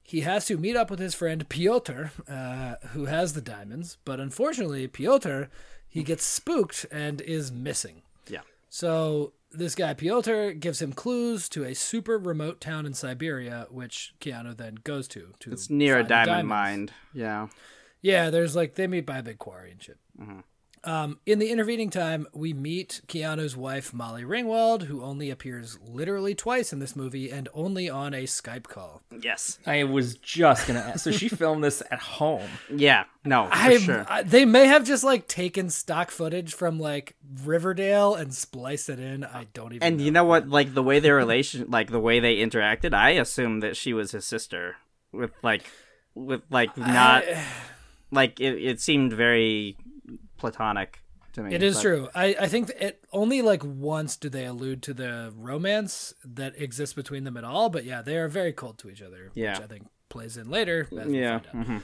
[SPEAKER 4] He has to meet up with his friend Piotr, uh, who has the diamonds, but unfortunately, Piotr, he gets spooked and is missing.
[SPEAKER 5] Yeah.
[SPEAKER 4] So this guy Piotr gives him clues to a super remote town in Siberia, which Keanu then goes to. to
[SPEAKER 5] it's near a
[SPEAKER 4] find the
[SPEAKER 5] diamond mine.
[SPEAKER 4] diamonds.
[SPEAKER 5] Yeah.
[SPEAKER 4] Yeah, there's like they meet by a big quarry and shit.
[SPEAKER 5] Mm-hmm.
[SPEAKER 4] Um, in the intervening time, we meet Keanu's wife Molly Ringwald, who only appears literally twice in this movie and only on a Skype call.
[SPEAKER 5] Yes.
[SPEAKER 3] I was just gonna ask. So she filmed this at home.
[SPEAKER 5] Yeah. No. For
[SPEAKER 4] I'm-
[SPEAKER 5] sure.
[SPEAKER 4] I, they may have just like taken stock footage from like Riverdale and spliced it in. I don't even.
[SPEAKER 5] And you know what? Like the way their relation, like the way they interacted, I assumed that she was his sister. With like, with like not, like it, it seemed very platonic to me.
[SPEAKER 4] It is
[SPEAKER 5] but-
[SPEAKER 4] true. I, I think it only like once do they allude to the romance that exists between them at all. But yeah, they are very cold to each other,
[SPEAKER 5] Yeah.
[SPEAKER 4] which I think plays in later. As we
[SPEAKER 5] Yeah.
[SPEAKER 4] find out.
[SPEAKER 5] mhm.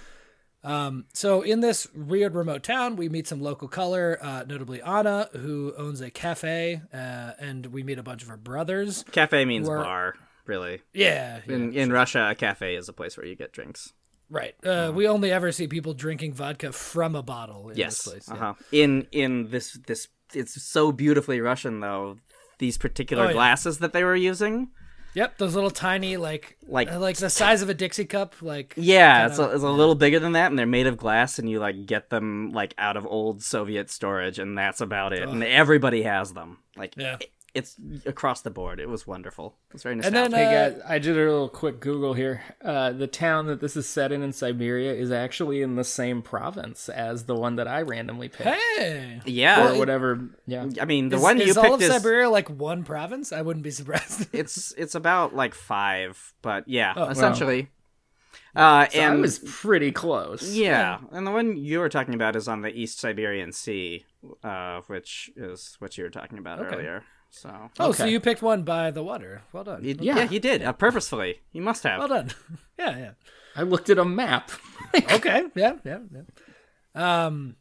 [SPEAKER 4] Um, so in this weird remote town, we meet some local color, uh, notably Anna, who owns a cafe, uh, and we meet a bunch of her brothers.
[SPEAKER 5] Cafe means
[SPEAKER 4] We're-
[SPEAKER 5] bar, really.
[SPEAKER 4] Yeah, yeah,
[SPEAKER 5] In in Russia, a cafe is a place where you get drinks.
[SPEAKER 4] right. Uh, we only ever see people drinking vodka from a bottle in
[SPEAKER 5] Yes.
[SPEAKER 4] this place. yeah.
[SPEAKER 5] Uh-huh. In in this this it's so beautifully Russian though. These particular
[SPEAKER 4] Oh, yeah.
[SPEAKER 5] glasses that they were using.
[SPEAKER 4] Yep, those little tiny like
[SPEAKER 5] Like-
[SPEAKER 4] like like the size of a Dixie cup, like
[SPEAKER 5] Yeah,
[SPEAKER 4] kinda-
[SPEAKER 5] it's a, it's a little bigger than that, and they're made of glass, and you like get them like out of old Soviet storage, and that's about it. And everybody has them. Like,
[SPEAKER 4] Yeah.
[SPEAKER 5] it- it's across the board. It was wonderful. It's very
[SPEAKER 4] And
[SPEAKER 5] nostalgic.
[SPEAKER 4] then
[SPEAKER 3] Hey
[SPEAKER 4] uh,
[SPEAKER 3] guys, I did a little quick Google here. Uh, the town that this is set in in Siberia is actually in the same province as the one that I randomly picked,
[SPEAKER 4] hey,
[SPEAKER 5] yeah,
[SPEAKER 3] or whatever. Yeah,
[SPEAKER 5] I mean the
[SPEAKER 4] uh, is,
[SPEAKER 5] one you
[SPEAKER 4] is all
[SPEAKER 5] picked
[SPEAKER 4] of
[SPEAKER 5] is
[SPEAKER 4] Siberia like one province? I wouldn't be surprised.
[SPEAKER 5] it's it's about like five, but yeah,
[SPEAKER 4] Oh, wow.
[SPEAKER 5] essentially. Uh,
[SPEAKER 3] So I
[SPEAKER 5] and
[SPEAKER 3] was pretty close.
[SPEAKER 5] yeah, and the one you were talking about is on the East Siberian Sea, uh, which is what you were talking about earlier. So
[SPEAKER 4] Oh, so
[SPEAKER 6] Okay.
[SPEAKER 4] you picked one by the water. Well done.
[SPEAKER 5] You-
[SPEAKER 6] Yeah.
[SPEAKER 5] yeah. you did uh, purposefully. You must have.
[SPEAKER 4] well done. yeah,
[SPEAKER 6] I looked at a map.
[SPEAKER 4] yeah. Okay. yeah, yeah, yeah. Um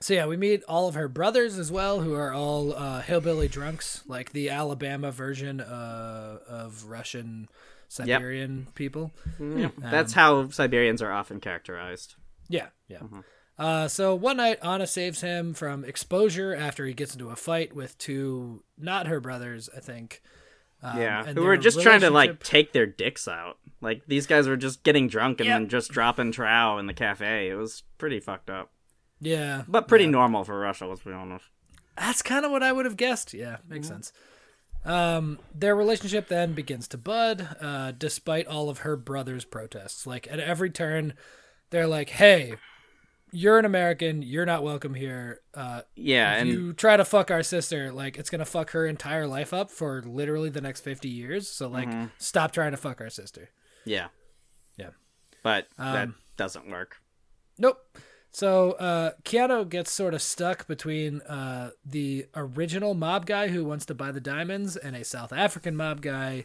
[SPEAKER 4] so yeah, we meet all of her brothers as well, who are all uh, hillbilly drunks, like the Alabama version uh, of Russian Siberian people.
[SPEAKER 5] Yeah.
[SPEAKER 4] um,
[SPEAKER 5] That's how Siberians are often characterized.
[SPEAKER 4] Yeah, yeah.
[SPEAKER 5] Mm-hmm.
[SPEAKER 4] Uh, so one night, Anna saves him from exposure after he gets into a fight with two, not her brothers, I think. Um,
[SPEAKER 5] yeah,
[SPEAKER 4] and
[SPEAKER 5] who were
[SPEAKER 4] their
[SPEAKER 5] just trying to like
[SPEAKER 4] relationship-
[SPEAKER 5] take their dicks out. Like these guys were just getting drunk and
[SPEAKER 4] Yep.
[SPEAKER 5] then just dropping trow in the cafe. It was pretty fucked up,
[SPEAKER 4] Yeah,
[SPEAKER 5] but pretty normal for Russia. Let's be honest.
[SPEAKER 4] That's kind of what I would have guessed. Yeah, makes sense. Um, their relationship then begins to bud, uh, despite all of her brother's protests. Like at every turn, they're like, "Hey, you're an American. You're not welcome here. Uh,
[SPEAKER 5] Yeah,
[SPEAKER 4] if
[SPEAKER 5] and
[SPEAKER 4] you try to fuck our sister, like it's gonna fuck her entire life up for literally the next fifty years. So like, stop trying to fuck our sister."
[SPEAKER 5] yeah,
[SPEAKER 4] Yeah.
[SPEAKER 5] but that
[SPEAKER 4] Um,
[SPEAKER 5] doesn't work.
[SPEAKER 4] Nope. So uh, Keanu gets sort of stuck between uh, the original mob guy who wants to buy the diamonds and a South African mob guy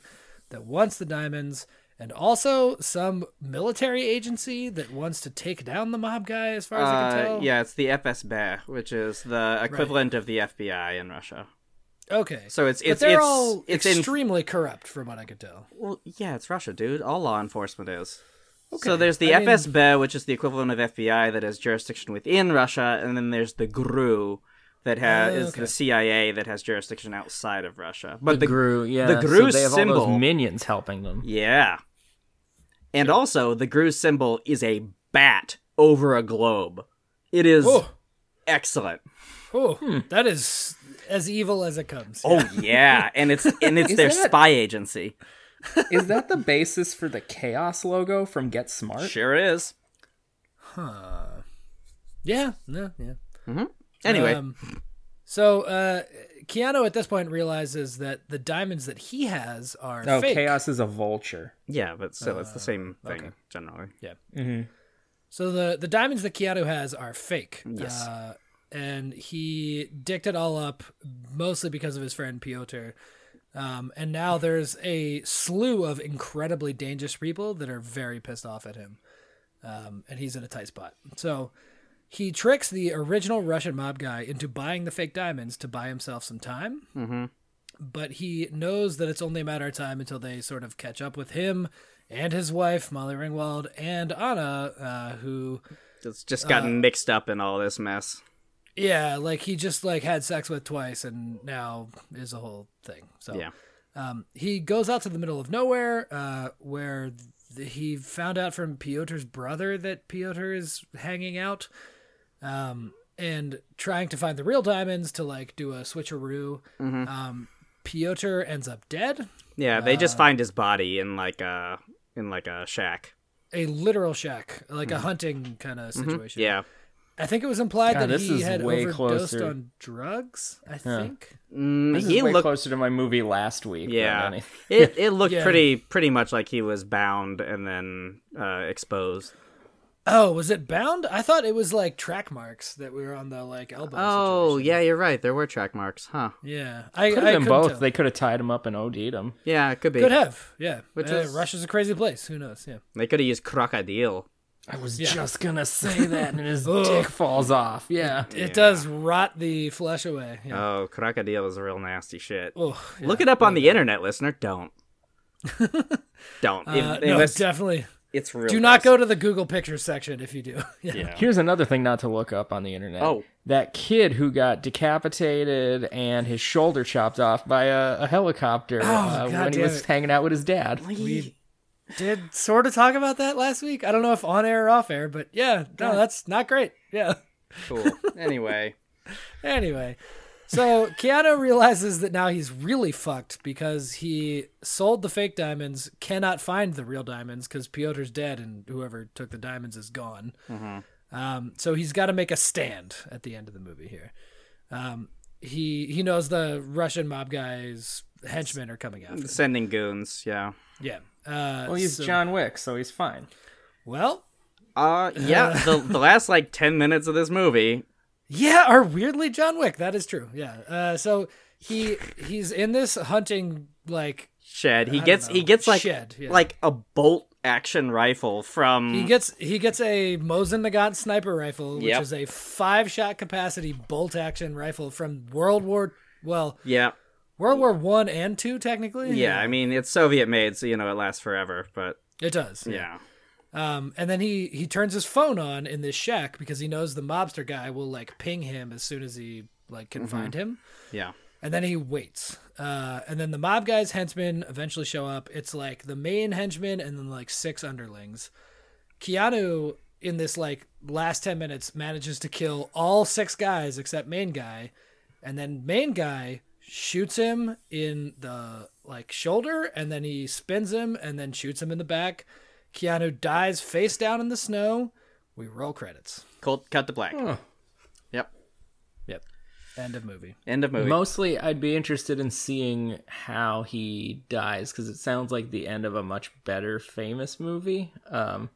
[SPEAKER 4] that wants the diamonds, and also some military agency that wants to take down the mob guy, as far as I can
[SPEAKER 5] Uh,
[SPEAKER 4] tell.
[SPEAKER 5] yeah, it's the FSB, which is the equivalent of the FBI in Russia.
[SPEAKER 4] Okay.
[SPEAKER 5] So it's
[SPEAKER 4] but
[SPEAKER 5] it's
[SPEAKER 4] they're
[SPEAKER 5] it's
[SPEAKER 4] all
[SPEAKER 5] it's in
[SPEAKER 4] extremely corrupt, from what I could tell.
[SPEAKER 5] Well, yeah, it's Russia, dude. All law enforcement is.
[SPEAKER 4] Okay.
[SPEAKER 5] So there's the
[SPEAKER 4] I mean-
[SPEAKER 5] FSB, which is the equivalent of FBI that has jurisdiction within Russia, and then there's the GRU that has
[SPEAKER 4] Oh,
[SPEAKER 5] is
[SPEAKER 4] okay.
[SPEAKER 5] the CIA that has jurisdiction outside of Russia. But the,
[SPEAKER 6] the Gru, yeah.
[SPEAKER 5] the Gru
[SPEAKER 6] so they have all
[SPEAKER 5] symbol-
[SPEAKER 6] those minions helping them.
[SPEAKER 5] yeah, and also the GRU symbol is a bat over a globe. It is
[SPEAKER 4] Oh,
[SPEAKER 5] excellent.
[SPEAKER 4] oh, that is as evil as it comes.
[SPEAKER 5] Hmm. Oh yeah, and it's and it's
[SPEAKER 6] Is
[SPEAKER 5] their
[SPEAKER 6] that-
[SPEAKER 5] spy agency.
[SPEAKER 6] Is that the basis for the Chaos logo from Get Smart?
[SPEAKER 5] Sure is.
[SPEAKER 4] Yeah, yeah, yeah.
[SPEAKER 5] Anyway,
[SPEAKER 4] Um, so uh, Keanu at this point realizes that the diamonds that he has are
[SPEAKER 6] Oh,
[SPEAKER 4] fake.
[SPEAKER 6] Chaos is a vulture.
[SPEAKER 5] yeah, but still, it's the same thing generally.
[SPEAKER 4] So the the diamonds that Keanu has are fake.
[SPEAKER 5] Yes.
[SPEAKER 4] Uh, and he dicked it all up mostly because of his friend Piotr. Um, and now there's a slew of incredibly dangerous people that are very pissed off at him. Um, and he's in a tight spot. So he tricks the original Russian mob guy into buying the fake diamonds to buy himself some time. but he knows that it's only a matter of time until they sort of catch up with him and his wife Molly Ringwald and Anna, uh, who
[SPEAKER 5] It's just gotten mixed up in all this mess.
[SPEAKER 4] yeah, like he just like had sex with twice and now is a whole thing. So
[SPEAKER 5] Yeah.
[SPEAKER 4] um, he goes out to the middle of nowhere uh, where th- he found out from Piotr's brother that Piotr is hanging out um, and trying to find the real diamonds to like do a switcheroo. Um, Piotr ends up dead.
[SPEAKER 5] Yeah, they just find his body in like a in like a shack.
[SPEAKER 4] a literal shack, like a hunting kind of situation.
[SPEAKER 5] Yeah.
[SPEAKER 4] I think it was implied
[SPEAKER 6] God,
[SPEAKER 4] that
[SPEAKER 6] this
[SPEAKER 4] he
[SPEAKER 6] is
[SPEAKER 4] had
[SPEAKER 6] way
[SPEAKER 4] overdosed
[SPEAKER 6] closer.
[SPEAKER 4] on drugs. I think.
[SPEAKER 5] Mm,
[SPEAKER 6] This is
[SPEAKER 5] he
[SPEAKER 6] way
[SPEAKER 5] looked
[SPEAKER 6] closer to my movie last week. than
[SPEAKER 5] yeah.
[SPEAKER 6] anything.
[SPEAKER 5] It it looked
[SPEAKER 4] Yeah.
[SPEAKER 5] pretty pretty much like he was bound and then uh exposed.
[SPEAKER 4] Oh, was it bound? I thought it was like track marks that were on the like elbow.
[SPEAKER 5] Oh,
[SPEAKER 4] situation.
[SPEAKER 5] yeah, you're right. There were track marks, huh?
[SPEAKER 4] yeah. I
[SPEAKER 6] Could
[SPEAKER 4] I
[SPEAKER 6] have been
[SPEAKER 4] couldn't
[SPEAKER 6] both.
[SPEAKER 4] tell.
[SPEAKER 6] They could have tied him up and OD'd him.
[SPEAKER 5] Yeah, it could be.
[SPEAKER 4] could have. Yeah.
[SPEAKER 5] Which
[SPEAKER 4] Uh,
[SPEAKER 5] is-
[SPEAKER 4] Russia's a crazy place. Who knows? Yeah.
[SPEAKER 5] They could have used crocodile.
[SPEAKER 6] I was
[SPEAKER 4] Yeah.
[SPEAKER 6] just gonna say that, and his
[SPEAKER 4] Ugh.
[SPEAKER 6] dick falls off. Yeah.
[SPEAKER 4] It does rot the flesh away. Yeah.
[SPEAKER 5] Oh, crocodile is a real nasty shit.
[SPEAKER 4] oh, yeah.
[SPEAKER 5] Look it up on the internet, listener. Don't. Don't. If-
[SPEAKER 4] Uh, no,
[SPEAKER 5] unless-
[SPEAKER 4] definitely.
[SPEAKER 5] it's real.
[SPEAKER 4] Do not
[SPEAKER 5] gross.
[SPEAKER 4] go to the Google Pictures section if you do. yeah.
[SPEAKER 6] Here's another thing not to look up on the internet.
[SPEAKER 5] Oh.
[SPEAKER 6] That kid who got decapitated and his shoulder chopped off by a, a helicopter uh,
[SPEAKER 4] God
[SPEAKER 6] when he
[SPEAKER 4] damn
[SPEAKER 6] was
[SPEAKER 4] it.
[SPEAKER 6] hanging out with his dad.
[SPEAKER 4] We did sort of talk about that last week. I don't know if on air or off air, but yeah, no, that's not great. Yeah.
[SPEAKER 5] Cool. Anyway.
[SPEAKER 4] Anyway, so Keanu realizes that now he's really fucked because he sold the fake diamonds, cannot find the real diamonds because Piotr's dead and whoever took the diamonds is gone.
[SPEAKER 6] Mm-hmm.
[SPEAKER 4] Um, so he's got to make a stand at the end of the movie here. Um, he he knows the Russian mob guys henchmen are coming after. him.
[SPEAKER 5] Sending goons, yeah.
[SPEAKER 4] Yeah. Uh,
[SPEAKER 6] Well, he's
[SPEAKER 4] so-
[SPEAKER 6] John Wick, so he's fine.
[SPEAKER 4] Well,
[SPEAKER 5] Uh, yeah. the the last like ten minutes of this movie,
[SPEAKER 4] Yeah, or weirdly John Wick. That is true. Yeah. Uh, so he he's in this hunting like
[SPEAKER 5] shed. He
[SPEAKER 4] I
[SPEAKER 5] gets
[SPEAKER 4] don't
[SPEAKER 5] he
[SPEAKER 4] know.
[SPEAKER 5] gets like
[SPEAKER 4] Shed, yeah.
[SPEAKER 5] like a bolt action rifle from
[SPEAKER 4] he gets he gets a Mosin Nagant sniper rifle, which
[SPEAKER 5] Hmm. Yep.
[SPEAKER 4] is a five shot capacity bolt action rifle from World War well
[SPEAKER 5] yeah
[SPEAKER 4] World War One and two technically.
[SPEAKER 5] yeah. I mean, it's Soviet made, so you know it lasts forever. But
[SPEAKER 4] it does.
[SPEAKER 5] yeah,
[SPEAKER 4] Um, and then he he turns his phone on in this shack because he knows the mobster guy will like ping him as soon as he like can
[SPEAKER 5] Mm-hmm.
[SPEAKER 4] find him.
[SPEAKER 5] yeah,
[SPEAKER 4] And then he waits. Uh, and then the mob guy's henchmen eventually show up. It's like the main henchman and then like six underlings. Keanu in this like last 10 minutes manages to kill all six guys except main guy. And then main guy shoots him in the like shoulder and then he spins him and then shoots him in the back. Keanu dies face down in the snow. We roll credits.
[SPEAKER 5] Colt cut the black. Yep.
[SPEAKER 4] Yep. End of movie.
[SPEAKER 5] End of movie.
[SPEAKER 6] Mostly, I'd be interested in seeing how he dies because it sounds like the end of a much better famous movie. Um,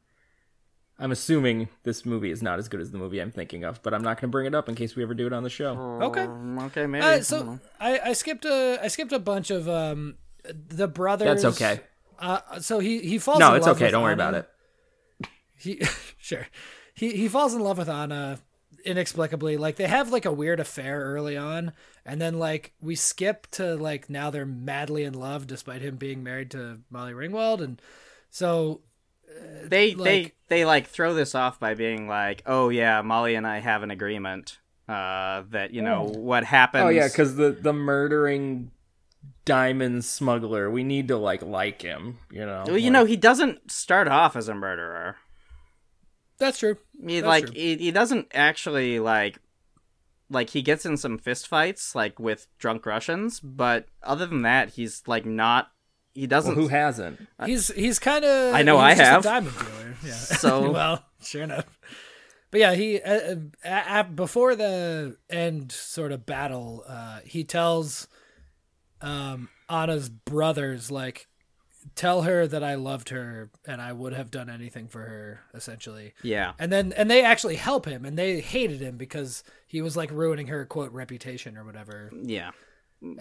[SPEAKER 6] I'm assuming this movie is not as good as the movie I'm thinking of, but I'm not going to bring it up in case we ever do it on the show.
[SPEAKER 4] Okay.
[SPEAKER 5] Mm, okay, maybe. Mm-hmm.
[SPEAKER 4] Uh, so I, I skipped a I skipped a bunch of um the brothers.
[SPEAKER 6] That's okay.
[SPEAKER 4] Uh, so he he falls.
[SPEAKER 6] No,
[SPEAKER 4] in
[SPEAKER 6] it's
[SPEAKER 4] love
[SPEAKER 6] okay.
[SPEAKER 4] with
[SPEAKER 6] Don't worry
[SPEAKER 4] Anna.
[SPEAKER 6] about it.
[SPEAKER 4] He sure he he falls in love with Anna inexplicably. Like they have like a weird affair early on, and then like we skip to like now they're madly in love despite him being married to Molly Ringwald, and so
[SPEAKER 5] they they
[SPEAKER 4] like-
[SPEAKER 5] they like throw this off by being like, "Oh yeah, Molly and I have an agreement uh, that you know what happens."
[SPEAKER 6] Oh yeah, because the the murdering diamond smuggler, we need to like like him, you know.
[SPEAKER 5] well, you know he doesn't start off as a murderer.
[SPEAKER 4] that's true.
[SPEAKER 5] He
[SPEAKER 4] That's
[SPEAKER 5] like
[SPEAKER 4] true.
[SPEAKER 5] he, he doesn't actually like like he gets in some fist fights like with drunk Russians, but other than that, he's like not. He
[SPEAKER 6] Well,
[SPEAKER 5] doesn't.
[SPEAKER 6] who hasn't?
[SPEAKER 4] He's he's kind of.
[SPEAKER 5] I know I have.
[SPEAKER 4] A diamond dealer. Yeah.
[SPEAKER 5] So-
[SPEAKER 4] well, sure enough. But yeah, he uh, uh, uh, before the end sort of battle, uh, he tells um, Anna's brothers like, "Tell her that I loved her and I would have done anything for her." Essentially,
[SPEAKER 5] yeah.
[SPEAKER 4] and then and they actually help him, and they hated him because he was like ruining her quote reputation or whatever.
[SPEAKER 5] Yeah.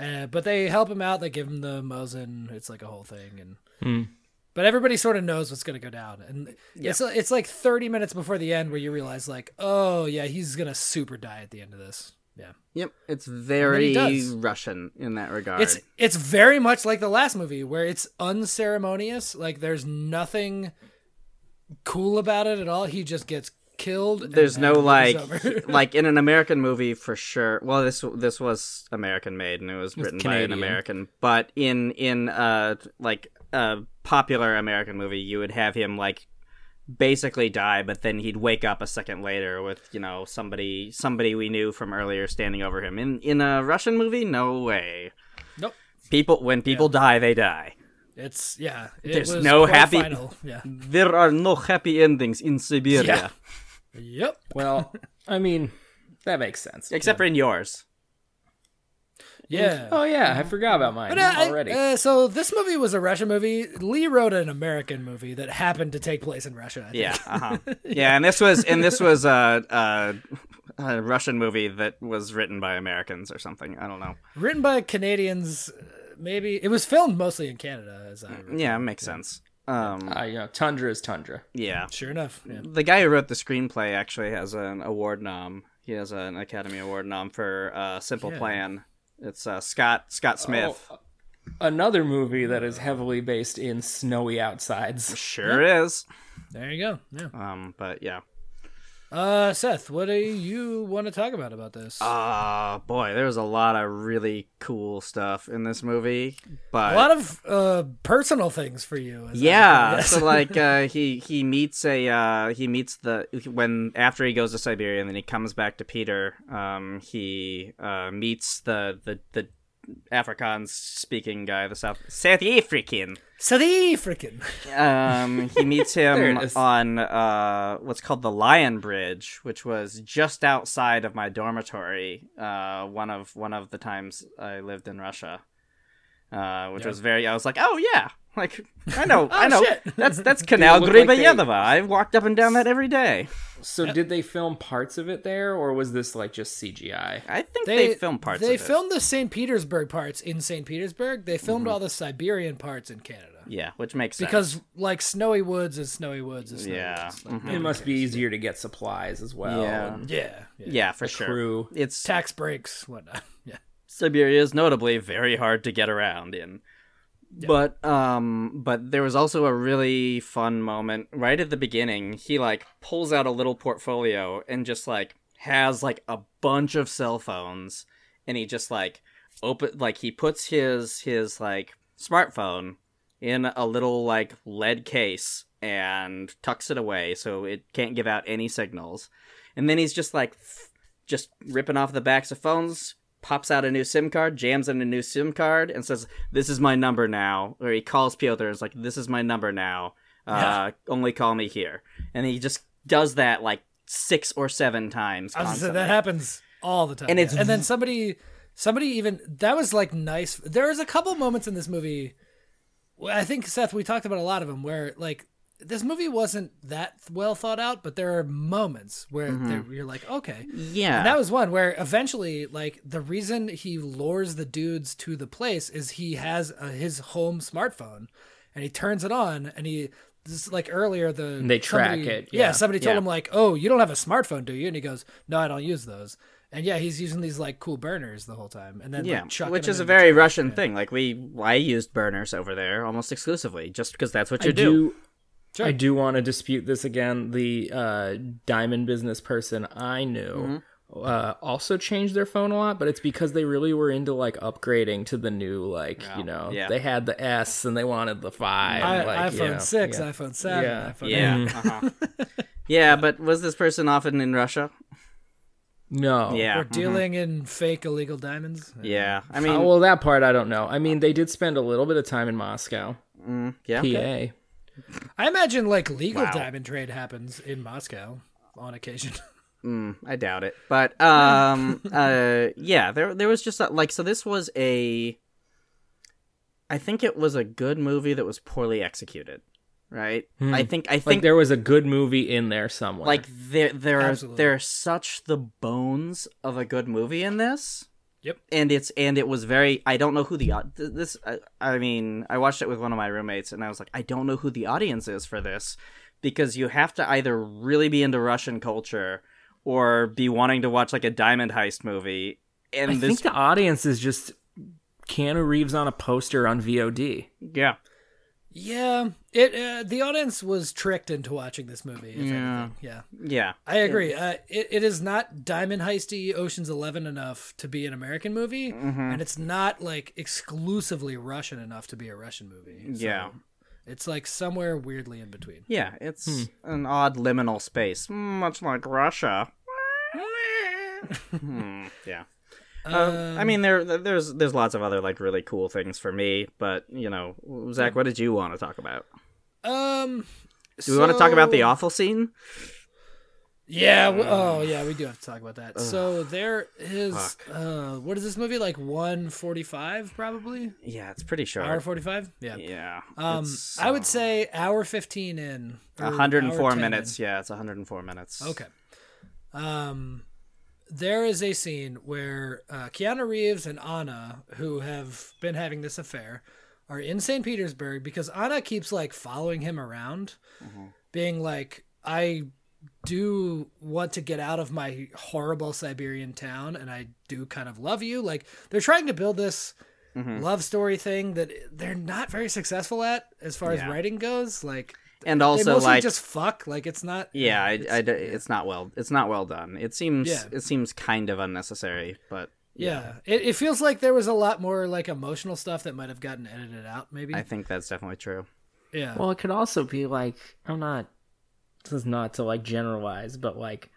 [SPEAKER 4] Uh, but they help him out. They give him the Mosin. It's like a whole thing, and
[SPEAKER 5] Hmm.
[SPEAKER 4] but everybody sort of knows what's going to go down. And it's it's like thirty minutes before the end where you realize like, oh yeah, he's gonna super die at the end of this. Yeah,
[SPEAKER 5] Yep. It's
[SPEAKER 4] he
[SPEAKER 5] very
[SPEAKER 4] does.
[SPEAKER 5] Russian in that regard.
[SPEAKER 4] it's it's very much like the last movie where it's unceremonious. Like there's nothing cool about it at all. He just gets killed. and
[SPEAKER 5] There's
[SPEAKER 4] then
[SPEAKER 5] no
[SPEAKER 4] the
[SPEAKER 5] like
[SPEAKER 4] movie's over.
[SPEAKER 5] like in an American movie for sure. Well, this this was American made and it was written by an
[SPEAKER 6] Canadian.
[SPEAKER 5] American, but in in uh like a popular American movie, you would have him like basically die, but then he'd wake up a second later with you know somebody somebody we knew from earlier standing over him. In in a Russian movie, no way.
[SPEAKER 4] nope.
[SPEAKER 5] People when people die, they die.
[SPEAKER 4] It's yeah. It
[SPEAKER 5] There's
[SPEAKER 4] was
[SPEAKER 5] no
[SPEAKER 4] quite
[SPEAKER 5] happy-
[SPEAKER 4] Final. Yeah.
[SPEAKER 5] There are no happy endings in Siberia,
[SPEAKER 4] Yeah. Yep.
[SPEAKER 6] Well, I mean, that makes sense.
[SPEAKER 5] except for in yours.
[SPEAKER 4] Yeah.
[SPEAKER 6] Oh yeah, I forgot about mine
[SPEAKER 4] But, uh, I-
[SPEAKER 6] already.
[SPEAKER 4] uh, so this movie was a Russian movie. Lee wrote an American movie that happened to take place in Russia. I think.
[SPEAKER 5] Yeah, uh-huh. yeah, and this was and this was a, a, a Russian movie that was written by Americans or something. I don't know.
[SPEAKER 4] Written by Canadians, uh, maybe it was filmed mostly in Canada. As I remember.
[SPEAKER 5] Mm, Yeah, it makes sense. Um,
[SPEAKER 6] Uh, you know, tundra is tundra.
[SPEAKER 5] yeah,
[SPEAKER 4] sure enough. Yeah.
[SPEAKER 5] the guy who wrote the screenplay actually has an award nom. He has an Academy Award nom for uh, Simple
[SPEAKER 4] Yeah.
[SPEAKER 5] Plan. It's uh, Scott Scott Smith.
[SPEAKER 3] uh,
[SPEAKER 6] Oh, another movie that is heavily based in snowy outsides.
[SPEAKER 5] Sure is.
[SPEAKER 4] There you go. Yeah.
[SPEAKER 5] Um, but yeah.
[SPEAKER 4] Uh, Seth, what do you want to talk about about this?
[SPEAKER 5] Ah, boy, there was a lot of really cool stuff in this movie. But
[SPEAKER 4] a lot of uh, personal things for you. as I
[SPEAKER 5] Yeah,
[SPEAKER 4] recall, yes.
[SPEAKER 5] so like uh, he he meets a uh, he meets the when after he goes to Siberia and then he comes back to Peter. Um, he uh, meets the the the Afrikaans speaking guy, the South South African.
[SPEAKER 4] South African.
[SPEAKER 5] Um, he meets him
[SPEAKER 6] There it is.
[SPEAKER 5] on uh, what's called the Lion Bridge, which was just outside of my dormitory. Uh, one of one of the times I lived in Russia, uh, which was very. I was like, oh yeah, like I know, I know.
[SPEAKER 4] shit.
[SPEAKER 5] That's that's Canal
[SPEAKER 6] Oh, look like they-
[SPEAKER 5] Gribayedova. I've walked up and down that every day.
[SPEAKER 3] So did they film parts of it there, or was this like just CGI?
[SPEAKER 5] I think they, filmed parts.
[SPEAKER 4] They
[SPEAKER 5] of it.
[SPEAKER 4] filmed the St. Petersburg parts in St. Petersburg. They filmed
[SPEAKER 5] Mm-hmm.
[SPEAKER 4] all the Siberian parts in Canada
[SPEAKER 5] yeah, which makes sense.
[SPEAKER 4] because, like, Snowy Woods is Snowy Woods is Snowy
[SPEAKER 5] Yeah.
[SPEAKER 4] Woods. Like,
[SPEAKER 5] Mhm.
[SPEAKER 3] It must be easier to get supplies as well.
[SPEAKER 5] Yeah.
[SPEAKER 6] um,
[SPEAKER 3] and
[SPEAKER 4] yeah, yeah,
[SPEAKER 5] yeah, for sure.
[SPEAKER 3] Crew.
[SPEAKER 5] It's
[SPEAKER 4] Tax breaks, whatnot. Yeah,
[SPEAKER 5] Siberia is notably very hard to get around in. But um but there was also a really fun moment right at the beginning. He like pulls out a little portfolio and just like has like a bunch of cell phones and he just like open like he puts his his like smartphone in a little like lead case and tucks it away so it can't give out any signals. And then he's just like f- just ripping off the backs of phones, pops out a new SIM card, jams in a new SIM card, and says, "This is my number now." Or he calls Piotr and is like, "This is my number now. Uh, Only call me here." And he just does that like six or seven times.
[SPEAKER 4] I was gonna say,
[SPEAKER 5] Constantly.
[SPEAKER 4] that happens all the time.
[SPEAKER 5] And
[SPEAKER 4] yeah.
[SPEAKER 5] it's-
[SPEAKER 4] and then somebody, somebody even that was like nice. There was a couple moments in this movie. well, I think Seth, we talked about a lot of them where like this movie wasn't that well thought out, but there are moments where
[SPEAKER 5] Mm-hmm.
[SPEAKER 4] there- you're like, okay,
[SPEAKER 5] yeah,
[SPEAKER 4] And that was one where eventually, like, the reason he lures the dudes to the place is he has uh his home smartphone, and he turns it on, and he this is like earlier the
[SPEAKER 3] And they track
[SPEAKER 4] somebody-
[SPEAKER 3] it,
[SPEAKER 4] Yeah,
[SPEAKER 3] yeah.
[SPEAKER 4] somebody told
[SPEAKER 5] Yeah.
[SPEAKER 4] him like, "Oh, you don't have a smartphone, do you?" And he goes, "No, I don't use those." And yeah, he's using these like cool burners the whole time, and then
[SPEAKER 5] yeah,
[SPEAKER 4] like, chucking
[SPEAKER 5] which
[SPEAKER 4] them
[SPEAKER 5] is a
[SPEAKER 4] in.
[SPEAKER 5] very Russian thing. Like we, I used burners over there almost exclusively, just because that's what you
[SPEAKER 3] I do.
[SPEAKER 4] Sure.
[SPEAKER 3] I do want to dispute this again. The uh, diamond business person I knew
[SPEAKER 5] Mm-hmm.
[SPEAKER 3] uh, also changed their phone a lot, but it's because they really were into like upgrading to the new, like you know,
[SPEAKER 5] yeah.
[SPEAKER 3] they had the S and they wanted the five,
[SPEAKER 4] I,
[SPEAKER 3] like, you
[SPEAKER 4] iPhone
[SPEAKER 3] know,
[SPEAKER 4] six,
[SPEAKER 3] yeah.
[SPEAKER 4] iPhone seven,
[SPEAKER 3] Yeah.
[SPEAKER 4] iPhone
[SPEAKER 3] Mm.
[SPEAKER 5] Yeah. uh-huh. yeah, but was this person often in Russia?
[SPEAKER 3] No,
[SPEAKER 5] Yeah. Mm.
[SPEAKER 4] We're dealing in fake illegal diamonds.
[SPEAKER 5] Mm-hmm. Yeah. I mean,
[SPEAKER 3] Oh, well, that part I don't know. I mean, they did spend a little bit of time in Moscow,
[SPEAKER 5] mm, yeah.
[SPEAKER 3] PA.
[SPEAKER 4] I imagine like legal
[SPEAKER 5] Wow.
[SPEAKER 4] diamond trade happens in Moscow on occasion.
[SPEAKER 5] Mm, I doubt it. But um uh yeah, there there was just that, like so this was a I think it was a good movie that was poorly executed, right? I think I
[SPEAKER 3] Hmm. Like
[SPEAKER 5] think
[SPEAKER 3] there was a good movie in there somewhere.
[SPEAKER 5] like there there are
[SPEAKER 4] Absolutely.
[SPEAKER 5] there are such the bones of a good movie in this.
[SPEAKER 4] Yep.
[SPEAKER 5] And it's and it was very I don't know who the au- th- this I, I mean I watched it with one of my roommates and I was like I don't know who the audience is for this because you have to either really be into Russian culture or be wanting to watch like a diamond heist movie and
[SPEAKER 3] I
[SPEAKER 5] this
[SPEAKER 3] think the audience is just Keanu Reeves on a poster on VOD.
[SPEAKER 5] yeah
[SPEAKER 4] yeah, it uh, the audience was tricked into watching this movie. If yeah,
[SPEAKER 5] Yeah.
[SPEAKER 4] anything. yeah,
[SPEAKER 5] yeah
[SPEAKER 4] I agree. Uh, it, it is not diamond heisty Ocean's Eleven enough to be an American movie,
[SPEAKER 5] Mm-hmm.
[SPEAKER 4] and it's not like exclusively Russian enough to be a Russian movie. So
[SPEAKER 5] Yeah.
[SPEAKER 4] it's like somewhere weirdly in between.
[SPEAKER 5] yeah it's
[SPEAKER 4] Hmm.
[SPEAKER 5] an odd liminal space much like Russia Hmm, yeah Uh,
[SPEAKER 4] Um,
[SPEAKER 5] I mean, there there's there's lots of other like really cool things for me, but you know, Zach, what did you want to talk about?
[SPEAKER 4] Um,
[SPEAKER 5] Do we want to talk about the Uh.
[SPEAKER 4] so-
[SPEAKER 5] awful scene?
[SPEAKER 4] Yeah. We, oh, yeah. We do have to talk about that. So there is. Uh, what is this movie like? One forty-five, probably.
[SPEAKER 5] Yeah, it's pretty short.
[SPEAKER 4] Hour forty-five. Yeah.
[SPEAKER 5] yeah,
[SPEAKER 4] Um,
[SPEAKER 5] it's,
[SPEAKER 4] I would
[SPEAKER 5] uh,
[SPEAKER 4] say hour fifteen in. or hour
[SPEAKER 5] 104
[SPEAKER 4] 10 in.
[SPEAKER 5] minutes. Yeah, it's 104 minutes.
[SPEAKER 4] Okay. Um, there is a scene where uh, Keanu Reeves and Anna, who have been having this affair, are in St. Petersburg because Anna keeps like following him around,
[SPEAKER 5] Mm-hmm.
[SPEAKER 4] being like, I do want to get out of my horrible Siberian town and I do kind of love you. Like, they're trying to build this
[SPEAKER 5] Mm-hmm. Mm.
[SPEAKER 4] love story thing that they're not very successful at as far as
[SPEAKER 5] Yeah.
[SPEAKER 4] writing goes. Like,
[SPEAKER 5] and
[SPEAKER 4] they
[SPEAKER 5] also
[SPEAKER 4] mostly
[SPEAKER 5] like
[SPEAKER 4] just fuck. Like, it's not.
[SPEAKER 5] yeah, I, it's, I, d- it's not well it's not well done. It seems
[SPEAKER 4] Yeah.
[SPEAKER 5] it seems kind of unnecessary, but
[SPEAKER 4] Yeah. It, it feels like there was a lot more like emotional stuff that might have gotten edited out, maybe.
[SPEAKER 5] I think that's definitely true.
[SPEAKER 4] yeah.
[SPEAKER 3] Well, it could also be like I'm not. This is not to like generalize, but like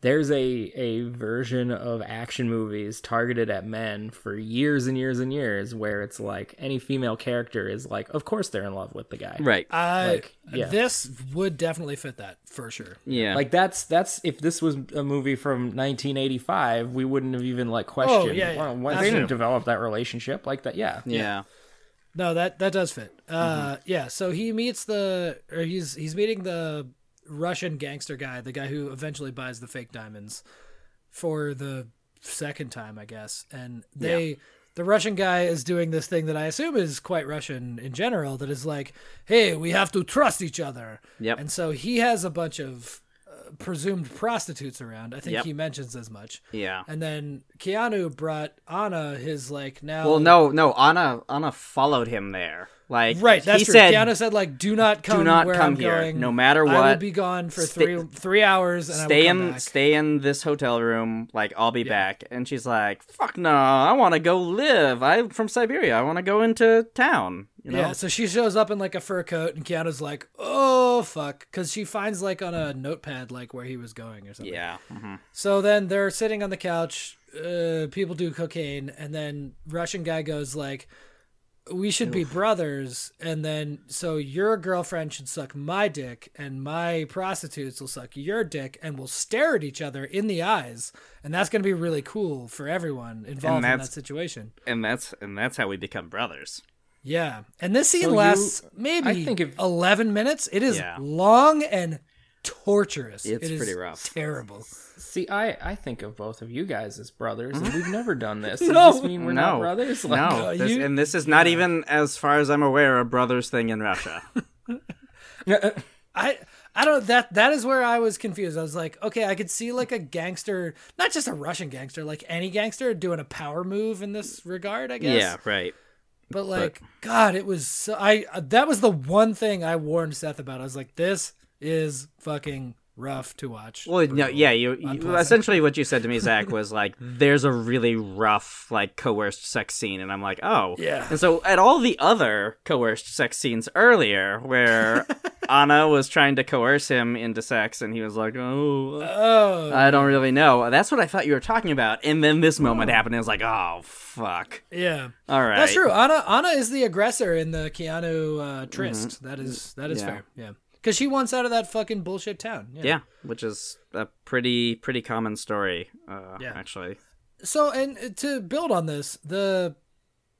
[SPEAKER 3] there's a a version of action movies targeted at men for years and years and years where it's like any female character is like, of course they're in love with the guy.
[SPEAKER 5] Right.
[SPEAKER 4] I
[SPEAKER 3] like, yeah.
[SPEAKER 4] this would definitely fit that for sure.
[SPEAKER 5] yeah.
[SPEAKER 3] Like that's that's if this was a movie from 1985, we wouldn't have even
[SPEAKER 5] Oh,
[SPEAKER 3] like questioned.
[SPEAKER 4] yeah, yeah.
[SPEAKER 3] "Well, why
[SPEAKER 4] That's
[SPEAKER 3] they
[SPEAKER 4] true.
[SPEAKER 3] didn't develop that relationship like that. Yeah.
[SPEAKER 5] yeah. Mm-hmm.
[SPEAKER 4] No, that that does fit. Uh yeah, so he meets the or he's he's meeting the Russian gangster guy, the guy who eventually buys the fake diamonds for the second time, I guess. And they the Russian guy is doing this thing that I assume is quite Russian in general that is like, "Hey, we have to trust each other."
[SPEAKER 5] Yep.
[SPEAKER 4] And so he has a bunch of uh, presumed prostitutes around. I think
[SPEAKER 5] Yep.
[SPEAKER 4] he mentions as much.
[SPEAKER 5] Yeah.
[SPEAKER 4] And then Keanu brought Anna his like now
[SPEAKER 5] Well, no, no. Anna, Anna followed him there. Like,
[SPEAKER 4] Right, that's
[SPEAKER 5] he
[SPEAKER 4] true.
[SPEAKER 5] said,
[SPEAKER 4] Keanu said like, "Do not come.
[SPEAKER 5] not
[SPEAKER 4] where
[SPEAKER 5] come
[SPEAKER 4] I'm
[SPEAKER 5] here,
[SPEAKER 4] going.
[SPEAKER 5] no matter
[SPEAKER 4] I will
[SPEAKER 5] what.
[SPEAKER 4] be gone for
[SPEAKER 5] Stay-
[SPEAKER 4] three three hours and
[SPEAKER 5] "Stay
[SPEAKER 4] I will come
[SPEAKER 5] in,
[SPEAKER 4] back."
[SPEAKER 5] stay in this hotel room. Like, I'll be back." And she's like, "Fuck no, I want to go live. I'm from Siberia. I want to go into town." You know?
[SPEAKER 4] Yeah, so she shows up in like a fur coat, and Keanu's like, "Oh fuck," because she finds like on a notepad like where he was going or something.
[SPEAKER 5] Yeah. mhm.
[SPEAKER 4] So then they're sitting on the couch. Uh, people do cocaine, and then Russian guy goes like, "We should be brothers." And then so your girlfriend should suck my dick, and my prostitutes will suck your dick, and we'll stare at each other in the eyes, and that's gonna be really cool for everyone involved in
[SPEAKER 5] that's-
[SPEAKER 4] that situation.
[SPEAKER 5] And that's and that's how we become brothers.
[SPEAKER 4] Yeah, and this scene
[SPEAKER 6] you-
[SPEAKER 4] lasts maybe
[SPEAKER 6] I think if-
[SPEAKER 4] eleven minutes. It is
[SPEAKER 5] Yeah.
[SPEAKER 4] long and torturous.
[SPEAKER 5] It's
[SPEAKER 4] It is
[SPEAKER 5] pretty rough.
[SPEAKER 4] Terrible.
[SPEAKER 6] See, I, I think of both of you guys as brothers, and we've never done this.
[SPEAKER 4] No.
[SPEAKER 6] Does this mean we're not
[SPEAKER 5] Mm-hmm. no,
[SPEAKER 6] brothers?
[SPEAKER 5] no.
[SPEAKER 4] uh,
[SPEAKER 5] this-
[SPEAKER 4] you-
[SPEAKER 5] and this is not even, as far as I'm aware, a brothers thing in Russia.
[SPEAKER 6] no.
[SPEAKER 4] I I don't that that is where I was confused. I was like, okay, I could see like a gangster, not just a Russian gangster, like any gangster doing a power move in this regard, I guess.
[SPEAKER 5] Yeah. Right.
[SPEAKER 4] But like god, it was so, I that was the one thing I warned Seth about. I was like, this is fucking rough to watch.
[SPEAKER 5] Well, no, yeah, you, you essentially what you said to me, Zach, was like, "There's a really rough, like, coerced sex scene," and I'm like, "Oh,
[SPEAKER 4] Yeah.
[SPEAKER 5] And so at all the other coerced sex scenes earlier, where Anna was trying to coerce him into sex, and he was like, "Oh,
[SPEAKER 4] Oh,
[SPEAKER 5] I don't really know." That's what I thought you were talking about, and then this moment happened, and I was like, "Oh, fuck."
[SPEAKER 4] yeah.
[SPEAKER 5] All right,
[SPEAKER 4] That's true. Anna Anna is the aggressor in the Keanu uh, tryst. That is that is
[SPEAKER 5] Mm-hmm. Yeah.
[SPEAKER 4] fair. Yeah. Cuz she wants out of that fucking bullshit town.
[SPEAKER 5] Yeah, which is a pretty pretty common story, uh,
[SPEAKER 4] Yeah.
[SPEAKER 5] actually.
[SPEAKER 4] so and uh, to build on this the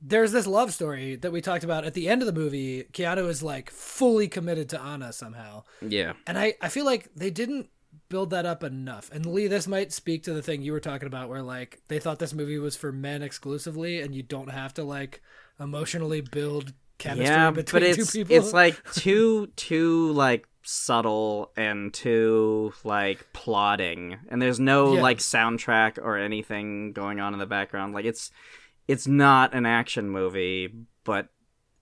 [SPEAKER 4] there's this love story that we talked about at the end of the movie keanu is like fully committed to anna somehow
[SPEAKER 5] Yeah,
[SPEAKER 4] and i i feel like they didn't build that up enough and lee this might speak to the thing you were talking about where like they thought this movie was for men exclusively and you don't have to like emotionally build chemistry
[SPEAKER 5] yeah,
[SPEAKER 4] between
[SPEAKER 5] but it's
[SPEAKER 4] two people
[SPEAKER 5] it's like too too like subtle and too like plotting, and there's no
[SPEAKER 4] Yeah.
[SPEAKER 5] like soundtrack or anything going on in the background. Like it's it's not an action movie, but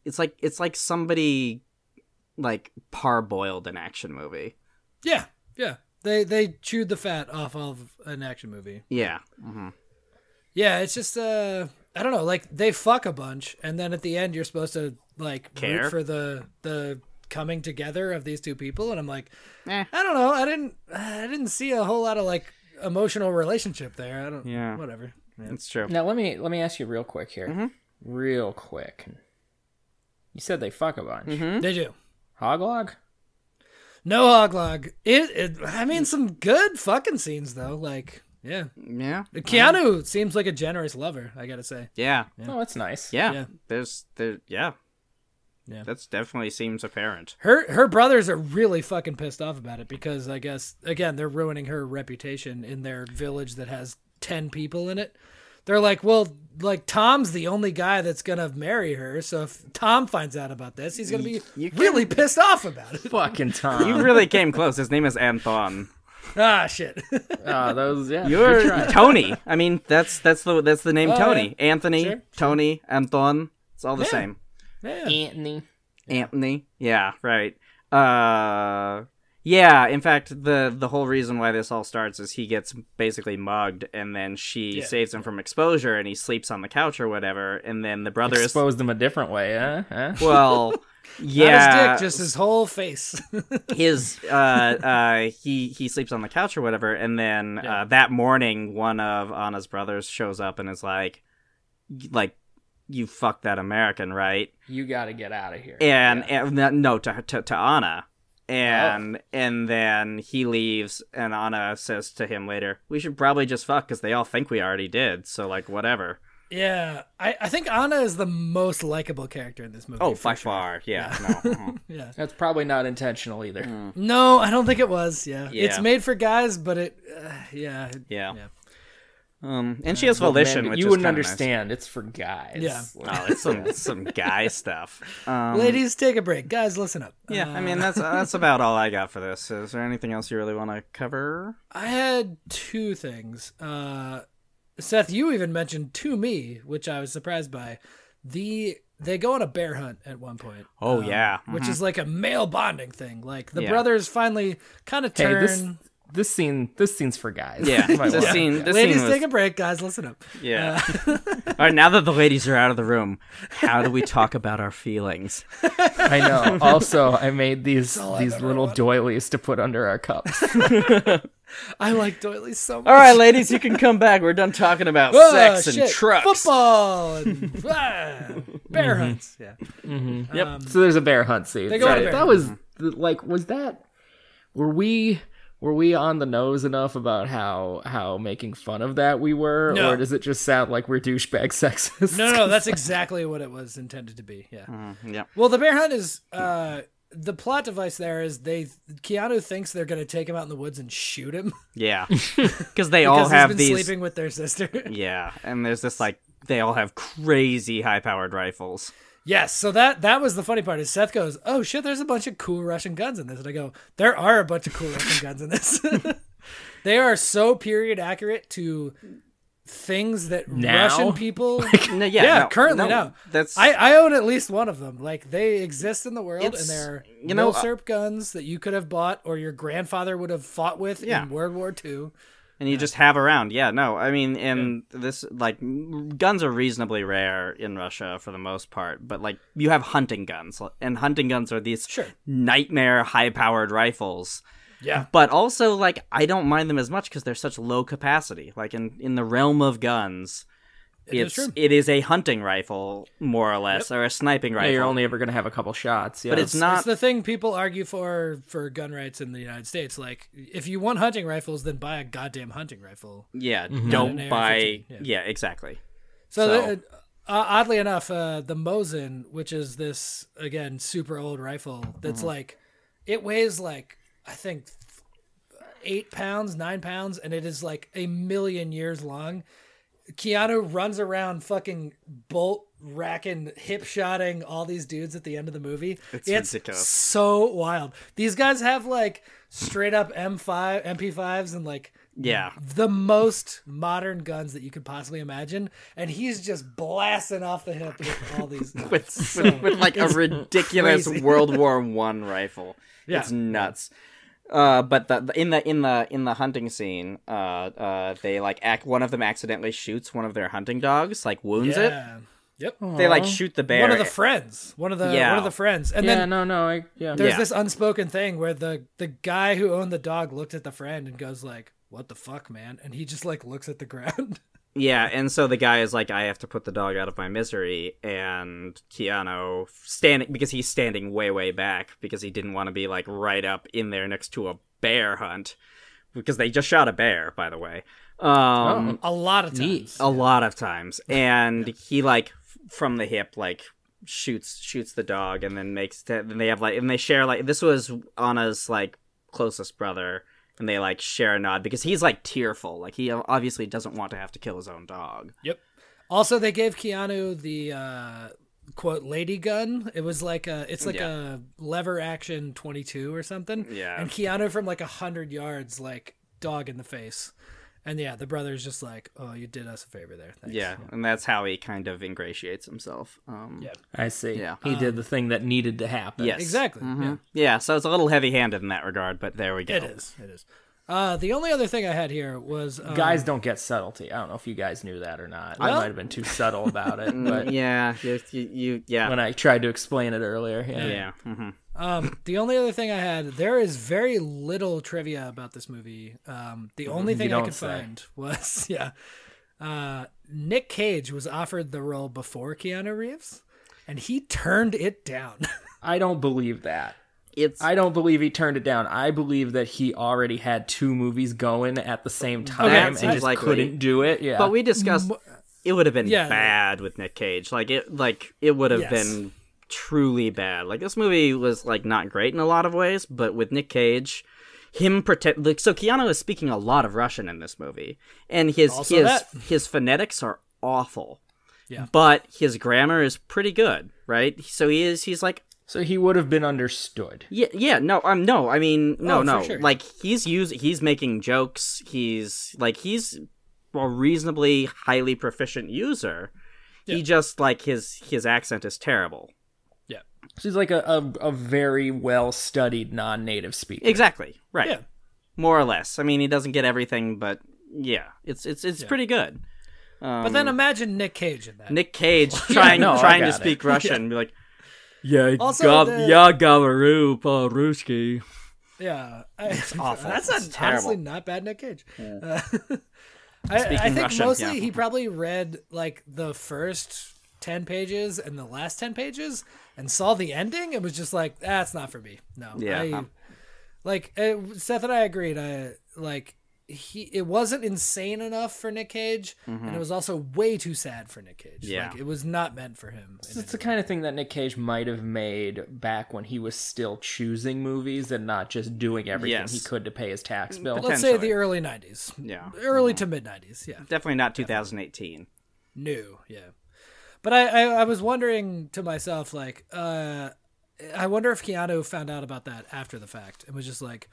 [SPEAKER 5] it's like it's like somebody like parboiled an action movie.
[SPEAKER 4] yeah yeah they they chewed the fat off of an action movie
[SPEAKER 5] Yeah, hmm
[SPEAKER 4] Yeah, it's just uh I don't know, like they fuck a bunch and then at the end you're supposed to like
[SPEAKER 5] Care?
[SPEAKER 4] root for the the coming together of these two people and I'm like
[SPEAKER 5] Eh.
[SPEAKER 4] I don't know, I didn't I didn't see a whole lot of like emotional relationship there. I don't
[SPEAKER 5] Yeah.
[SPEAKER 4] whatever.
[SPEAKER 5] it's true.
[SPEAKER 6] Now let me let me ask you real quick here,
[SPEAKER 5] Mm-hmm.
[SPEAKER 6] real quick. You said they fuck a bunch.
[SPEAKER 5] Mm-hmm.
[SPEAKER 4] They do.
[SPEAKER 6] Hoglog.
[SPEAKER 4] No hoglog. It, it I mean some good fucking scenes though, like yeah.
[SPEAKER 5] Yeah,
[SPEAKER 4] Keanu seems like a generous lover, I got to say.
[SPEAKER 5] yeah,
[SPEAKER 6] Oh, that's nice.
[SPEAKER 5] yeah.
[SPEAKER 4] Yeah.
[SPEAKER 5] There's there. Yeah,
[SPEAKER 4] Yeah.
[SPEAKER 5] That's definitely seems apparent.
[SPEAKER 4] Her her brothers are really fucking pissed off about it because I guess again they're ruining her reputation in their village that has ten people in it. They're like, well, like Tom's the only guy that's gonna marry her, so if Tom finds out about this, he's gonna be really pissed off about it.
[SPEAKER 6] Fucking Tom.
[SPEAKER 5] You really came close. His name is Anton.
[SPEAKER 4] ah, shit.
[SPEAKER 6] Ah, those. Yeah.
[SPEAKER 5] You're Tony. I mean, that's that's the that's the name Tony. Anthony,
[SPEAKER 4] Oh, Sure, sure.
[SPEAKER 5] Tony, Anton. It's all the same.
[SPEAKER 4] Yeah.
[SPEAKER 6] Anthony.
[SPEAKER 5] Anthony. Yeah, right. Uh yeah, in fact, the the whole reason why this all starts is he gets basically mugged and then she
[SPEAKER 4] Yeah.
[SPEAKER 5] saves him from exposure and he sleeps on the couch or whatever and then the brother is
[SPEAKER 6] Exposed them a different way, huh? huh?
[SPEAKER 5] well,
[SPEAKER 4] Not
[SPEAKER 5] yeah.
[SPEAKER 4] his dick, just his whole face.
[SPEAKER 5] his uh, uh, he he sleeps on the couch or whatever, and then uh, that morning, one of Anna's brothers shows up and is like, like, you fucked that American, right?
[SPEAKER 6] You got to get out of here.
[SPEAKER 5] And, and no- no, to, to to Anna, and and then he leaves, and Anna says to him later, "We should probably just fuck because they all think we already did, so like whatever."
[SPEAKER 4] Yeah, I, I think Anna is the most likable character in this movie.
[SPEAKER 5] Oh, by far, yeah. No. mhm.
[SPEAKER 4] yeah.
[SPEAKER 6] That's probably not intentional
[SPEAKER 5] Mm.
[SPEAKER 6] either.
[SPEAKER 4] No, I don't think it was. Yeah, it's
[SPEAKER 5] Yeah.
[SPEAKER 4] made for guys, but it, uh, yeah, it-
[SPEAKER 5] Yeah.
[SPEAKER 4] Yeah.
[SPEAKER 5] Um, and she has
[SPEAKER 6] Well, man,
[SPEAKER 5] volition,
[SPEAKER 6] but
[SPEAKER 5] which
[SPEAKER 6] you
[SPEAKER 5] is
[SPEAKER 6] wouldn't
[SPEAKER 5] kinda nice.
[SPEAKER 6] understand. It's for guys.
[SPEAKER 4] Yeah.
[SPEAKER 5] Oh, it's some some guy stuff. Um,
[SPEAKER 4] Ladies, take a break. Guys, listen up.
[SPEAKER 5] yeah,
[SPEAKER 4] Uh,
[SPEAKER 5] I mean that's that's about all I got for this. Is there anything else you really want to cover?
[SPEAKER 4] I had two things. Uh, Seth, you even mentioned to me, which I was surprised by. The they go on a bear hunt at one point.
[SPEAKER 5] Oh, yeah.
[SPEAKER 4] which is like a male bonding thing. Like the
[SPEAKER 5] Yeah.
[SPEAKER 4] brothers finally kind of
[SPEAKER 6] Hey,
[SPEAKER 4] turn.
[SPEAKER 6] this this scene this scene's for guys.
[SPEAKER 5] Yeah,
[SPEAKER 6] You might
[SPEAKER 5] this
[SPEAKER 6] wanna-
[SPEAKER 5] scene. This
[SPEAKER 4] Ladies,
[SPEAKER 5] scene was,
[SPEAKER 4] take a break. Guys, listen up.
[SPEAKER 5] yeah. all right, now that the ladies are out of the room, how do we talk about our feelings?
[SPEAKER 6] I know. Also, I made these
[SPEAKER 4] all I've
[SPEAKER 6] these
[SPEAKER 4] ever
[SPEAKER 6] little doilies to put under our cups.
[SPEAKER 4] I like doilies so much.
[SPEAKER 5] All right, ladies, you can come back. We're done talking about
[SPEAKER 4] Ah,
[SPEAKER 5] sex and
[SPEAKER 4] shit.
[SPEAKER 5] trucks. Mm-hmm.
[SPEAKER 4] football, and, ah, bear hunts. Yeah,
[SPEAKER 6] Yep. so there's a bear hunt scene.
[SPEAKER 4] They go on a
[SPEAKER 6] That-
[SPEAKER 4] bear
[SPEAKER 6] that
[SPEAKER 4] hunt.
[SPEAKER 6] was th- like was that were we were we on the nose enough about how how making fun of that we were
[SPEAKER 4] No.
[SPEAKER 6] or does it just sound like we're douchebag sexists?
[SPEAKER 4] no, no, that's exactly what it was intended to be. Yeah.
[SPEAKER 5] Yep.
[SPEAKER 4] Well, the bear hunt is uh, the plot device. There is they Keanu thinks they're going to take him out in the woods and shoot him
[SPEAKER 5] Yeah, because they all
[SPEAKER 4] because he's
[SPEAKER 5] have
[SPEAKER 4] been
[SPEAKER 5] these.
[SPEAKER 4] sleeping with their sister.
[SPEAKER 5] Yeah, and there's this like they all have crazy high-powered rifles.
[SPEAKER 4] Yes, so that that was the funny part is Seth goes, "Oh shit, there's a bunch of cool Russian guns in this," and I go, "There are a bunch of cool Russian guns in this. they are so period accurate to things that
[SPEAKER 6] Now?
[SPEAKER 4] Russian people."
[SPEAKER 5] No, yeah,
[SPEAKER 4] yeah,
[SPEAKER 5] no,
[SPEAKER 4] currently
[SPEAKER 5] no,
[SPEAKER 4] now.
[SPEAKER 5] That's
[SPEAKER 4] I I own at least one of them. Like they exist in the world,
[SPEAKER 5] It's-
[SPEAKER 4] and they're
[SPEAKER 5] you know,
[SPEAKER 4] Milsurp guns that you could have bought or your grandfather would have fought with
[SPEAKER 5] Yeah.
[SPEAKER 4] in World War II.
[SPEAKER 5] and you just have around. Yeah, no, I mean, and this like m- guns are reasonably rare in Russia for the most part, but like you have hunting guns, and hunting guns are these
[SPEAKER 4] Sure.
[SPEAKER 5] nightmare high-powered rifles.
[SPEAKER 4] Yeah,
[SPEAKER 5] But also, like I don't mind them as much because they're such low capacity. Like in in the realm of guns.
[SPEAKER 4] is
[SPEAKER 5] It's
[SPEAKER 4] true.
[SPEAKER 5] it is a hunting rifle, more or less, or a sniping
[SPEAKER 6] Yeah,
[SPEAKER 5] rifle.
[SPEAKER 6] you're only ever going to have a couple shots. Yeah.
[SPEAKER 5] but it's not
[SPEAKER 4] it's the thing people argue for for gun rights in the United States. Like, if you want hunting rifles, then buy a goddamn hunting rifle.
[SPEAKER 5] Yeah,
[SPEAKER 4] Not an
[SPEAKER 5] don't buy.
[SPEAKER 4] AR-15, yeah.
[SPEAKER 5] Yeah. exactly.
[SPEAKER 4] So,
[SPEAKER 5] So-
[SPEAKER 4] the- uh, oddly enough, uh, the Mosin, which is this again super old rifle,
[SPEAKER 5] Mm-hmm.
[SPEAKER 4] that's like it weighs like I think eight pounds, nine pounds, and it is like a million years long. Keanu runs around fucking bolt racking, hip shotting all these dudes at the end of the movie. It's,
[SPEAKER 5] ridiculous.
[SPEAKER 4] So wild. These guys have like straight up M5, MP5s, and like
[SPEAKER 5] Yeah,
[SPEAKER 4] the most modern guns that you could possibly imagine, and he's just blasting off the hip with all these.
[SPEAKER 5] with, with, with like a ridiculous
[SPEAKER 4] crazy.
[SPEAKER 5] World War One rifle.
[SPEAKER 4] Yeah.
[SPEAKER 5] It's nuts. Uh, but the, the- in the in the in the hunting scene, uh, uh, they like act. One of them accidentally shoots one of their hunting dogs, like wounds
[SPEAKER 4] yeah. Yep.
[SPEAKER 5] it. They like shoot the bear.
[SPEAKER 4] One of the friends. One of the
[SPEAKER 5] Yeah.
[SPEAKER 4] one of the friends. And
[SPEAKER 6] yeah,
[SPEAKER 4] then
[SPEAKER 6] no, no. I, yeah.
[SPEAKER 4] there's
[SPEAKER 5] Yeah.
[SPEAKER 4] this unspoken thing where the the guy who owned the dog looked at the friend and goes like, "What the fuck, man?" And he just like looks at the ground.
[SPEAKER 5] yeah, and so the guy is like, "I have to put the dog out of my misery." And Keanu standing because he's standing way way back because he didn't want to be like right up in there next to a bear hunt because they just shot a bear, by the way. Um,
[SPEAKER 4] a lot of times.
[SPEAKER 5] a lot of times and he like f- from the hip like shoots shoots the dog and then makes t- then they have like and they share like this was anna's like closest brother and they like share a nod because he's like tearful like he obviously doesn't want to have to kill his own dog
[SPEAKER 4] Yep. Also, they gave Keanu the uh, quote lady gun. It was like a, it's like a lever action twenty two or something.
[SPEAKER 5] Yeah.
[SPEAKER 4] And Keanu from like a hundred yards, like dog in the face. And yeah, the brother's just like, oh, you did us a favor there. Thanks.
[SPEAKER 5] yeah and that's how he kind of ingratiates himself um
[SPEAKER 4] Yeah.
[SPEAKER 6] I see.
[SPEAKER 5] Yeah.
[SPEAKER 6] He did the thing that needed to happen.
[SPEAKER 5] yes
[SPEAKER 4] Exactly. Yeah.
[SPEAKER 5] yeah so it's a little heavy-handed in that regard but there we go
[SPEAKER 4] It is. It is. Uh, the only other thing I had here was um,
[SPEAKER 6] Guys don't get subtlety. I don't know if you guys knew that or not. I
[SPEAKER 4] Well-
[SPEAKER 6] might have been too subtle about it, but
[SPEAKER 5] Mm, yeah you, you, you- yeah
[SPEAKER 6] when I tried to explain it earlier,
[SPEAKER 5] yeah mhm.
[SPEAKER 4] Um, the only other thing I had, there is very little trivia about this movie. Um, the only thing I
[SPEAKER 6] don't
[SPEAKER 4] could
[SPEAKER 6] say.
[SPEAKER 4] find was, yeah, uh, Nick Cage was offered the role before Keanu Reeves, and he turned it down.
[SPEAKER 6] I don't believe that.
[SPEAKER 5] it's
[SPEAKER 6] I don't believe he turned it down. I believe that he already had two movies going at the same time
[SPEAKER 5] That
[SPEAKER 6] and
[SPEAKER 5] seems
[SPEAKER 6] just
[SPEAKER 5] likely.
[SPEAKER 6] couldn't do it. Yeah.
[SPEAKER 5] But we discussed it would have been
[SPEAKER 4] Yeah.
[SPEAKER 5] bad with Nick Cage. Like it like it would have
[SPEAKER 4] Yes.
[SPEAKER 5] been truly bad. Like this movie was like not great in a lot of ways, but with Nick Cage, him protect like so Keanu is speaking a lot of Russian in this movie. And his
[SPEAKER 4] Also
[SPEAKER 5] his
[SPEAKER 4] that.
[SPEAKER 5] his phonetics are awful.
[SPEAKER 4] Yeah.
[SPEAKER 5] But his grammar is pretty good, right? So he is he's like
[SPEAKER 3] So he would have been understood.
[SPEAKER 5] yeah, yeah, no, um, no, I mean, no,
[SPEAKER 4] Oh, for
[SPEAKER 5] no,
[SPEAKER 4] sure.
[SPEAKER 5] like he's use, he's making jokes, he's like he's a reasonably highly proficient user. He
[SPEAKER 4] Yeah.
[SPEAKER 5] just like his his accent is terrible.
[SPEAKER 3] So he's like a, a, a very well studied non native speaker.
[SPEAKER 5] Exactly, right,
[SPEAKER 4] Yeah.
[SPEAKER 5] more or less. I mean, he doesn't get everything, but yeah, it's it's it's pretty good. Um,
[SPEAKER 4] But then imagine Nick Cage in that.
[SPEAKER 5] Nick Cage trying
[SPEAKER 3] no, I
[SPEAKER 5] trying to
[SPEAKER 3] got it.
[SPEAKER 5] speak Russian, and be like,
[SPEAKER 3] Yeah,
[SPEAKER 4] Also gob- the-
[SPEAKER 3] yeah, Gabaru, Paruski.
[SPEAKER 4] Yeah, I-
[SPEAKER 5] It's awful.
[SPEAKER 4] That's
[SPEAKER 5] It's
[SPEAKER 4] not,
[SPEAKER 5] terrible.
[SPEAKER 4] honestly not bad, Nick Cage. Uh, I, I
[SPEAKER 5] Speaking
[SPEAKER 4] think
[SPEAKER 5] Russian,
[SPEAKER 4] mostly
[SPEAKER 5] yeah.
[SPEAKER 4] he probably read like the first ten pages and the last ten pages and saw the ending and was just like, "That's not for me." No,
[SPEAKER 5] Yeah.
[SPEAKER 4] I, like uh, Seth and I agreed. I like he it wasn't insane enough for Nick Cage, and it was also way too sad for Nick Cage.
[SPEAKER 5] Mm-hmm. Yeah.
[SPEAKER 4] like, it was not meant for him. in
[SPEAKER 3] It's
[SPEAKER 4] any
[SPEAKER 3] the kind of thing that Nick Cage might have made back when he was still choosing movies and not just doing everything
[SPEAKER 5] Yes. Mm,
[SPEAKER 3] he could to pay his tax bill.
[SPEAKER 5] Poten-
[SPEAKER 4] Let's say
[SPEAKER 5] potentially.
[SPEAKER 4] the early '90s,
[SPEAKER 5] yeah, Mm-hmm.
[SPEAKER 4] early to mid '90s. Yeah,
[SPEAKER 5] definitely not 2018.
[SPEAKER 4] new yeah but I, I i was wondering to myself like uh i wonder if keanu found out about that after the fact and was just like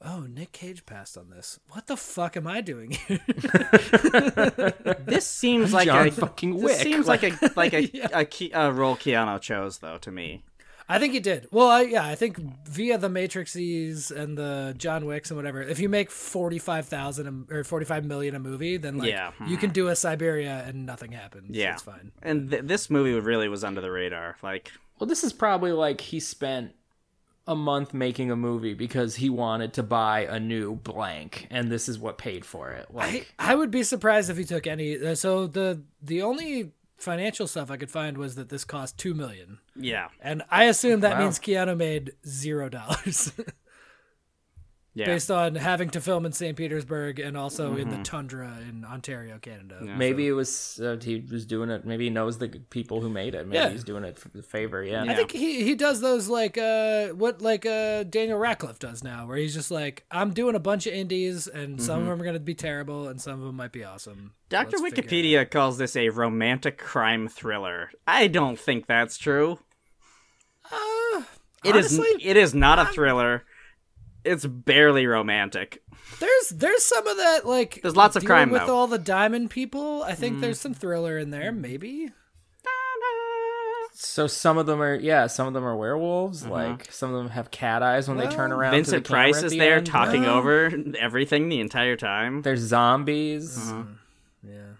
[SPEAKER 4] oh nick cage passed on this what the fuck am i doing here
[SPEAKER 5] This seems like
[SPEAKER 3] John
[SPEAKER 5] a
[SPEAKER 3] fucking
[SPEAKER 5] this
[SPEAKER 3] Wick.
[SPEAKER 5] seems like a like a a, key, a role Keanu chose though to me.
[SPEAKER 4] i think he did well I, yeah i think via the matrixies and the john wicks and whatever if you make 45000 a- or 45 million a movie then like
[SPEAKER 5] Yeah. hmm.
[SPEAKER 4] you can do a siberia and nothing happens
[SPEAKER 5] Yeah,
[SPEAKER 4] it's fine
[SPEAKER 5] And th- this movie really was under the radar. Like,
[SPEAKER 3] Well, this is probably like he spent a month making a movie because he wanted to buy a new blank, and this is what paid for it.
[SPEAKER 4] I,
[SPEAKER 3] Like,
[SPEAKER 4] I would be surprised if he took any. Uh, so the the only financial stuff I could find was that this cost two million,
[SPEAKER 5] yeah,
[SPEAKER 4] and I assume that
[SPEAKER 3] Wow.
[SPEAKER 4] means Keanu made zero dollars
[SPEAKER 5] yeah, Mm-hmm.
[SPEAKER 4] based on having to film in St. Petersburg and also in the tundra in Ontario, Canada.
[SPEAKER 5] Yeah.
[SPEAKER 3] maybe it was uh, he was doing it. Maybe he knows the people who made it. Maybe
[SPEAKER 4] Yeah.
[SPEAKER 3] he's doing it for the favor. Yeah.
[SPEAKER 4] I think he, he does those like uh what like uh Daniel Radcliffe does now, where he's just like I'm doing a bunch of indies, and some of them are gonna be terrible, and some of them might be awesome.
[SPEAKER 5] Mm-hmm. Doctor
[SPEAKER 4] Let's figure it out.
[SPEAKER 5] Wikipedia calls this a romantic crime thriller. I don't think that's true.
[SPEAKER 4] Uh,
[SPEAKER 5] It is.
[SPEAKER 4] honestly,
[SPEAKER 5] It is not a thriller. It's barely romantic.
[SPEAKER 4] There's there's some of that like
[SPEAKER 5] There's lots of
[SPEAKER 4] dealing
[SPEAKER 5] crime,
[SPEAKER 4] with
[SPEAKER 5] though. Mm.
[SPEAKER 4] all the diamond people. I think there's some thriller in there, maybe.
[SPEAKER 3] So some of them are yeah, some of them are werewolves. Like some of them have cat eyes when they turn around. to
[SPEAKER 5] Mm-hmm. Vincent
[SPEAKER 3] the camera
[SPEAKER 5] Price
[SPEAKER 3] at
[SPEAKER 5] is
[SPEAKER 3] the
[SPEAKER 5] there
[SPEAKER 3] end.
[SPEAKER 5] talking
[SPEAKER 4] Ah.
[SPEAKER 5] over everything the entire time.
[SPEAKER 3] There's zombies.
[SPEAKER 5] Mm-hmm.
[SPEAKER 4] Yeah.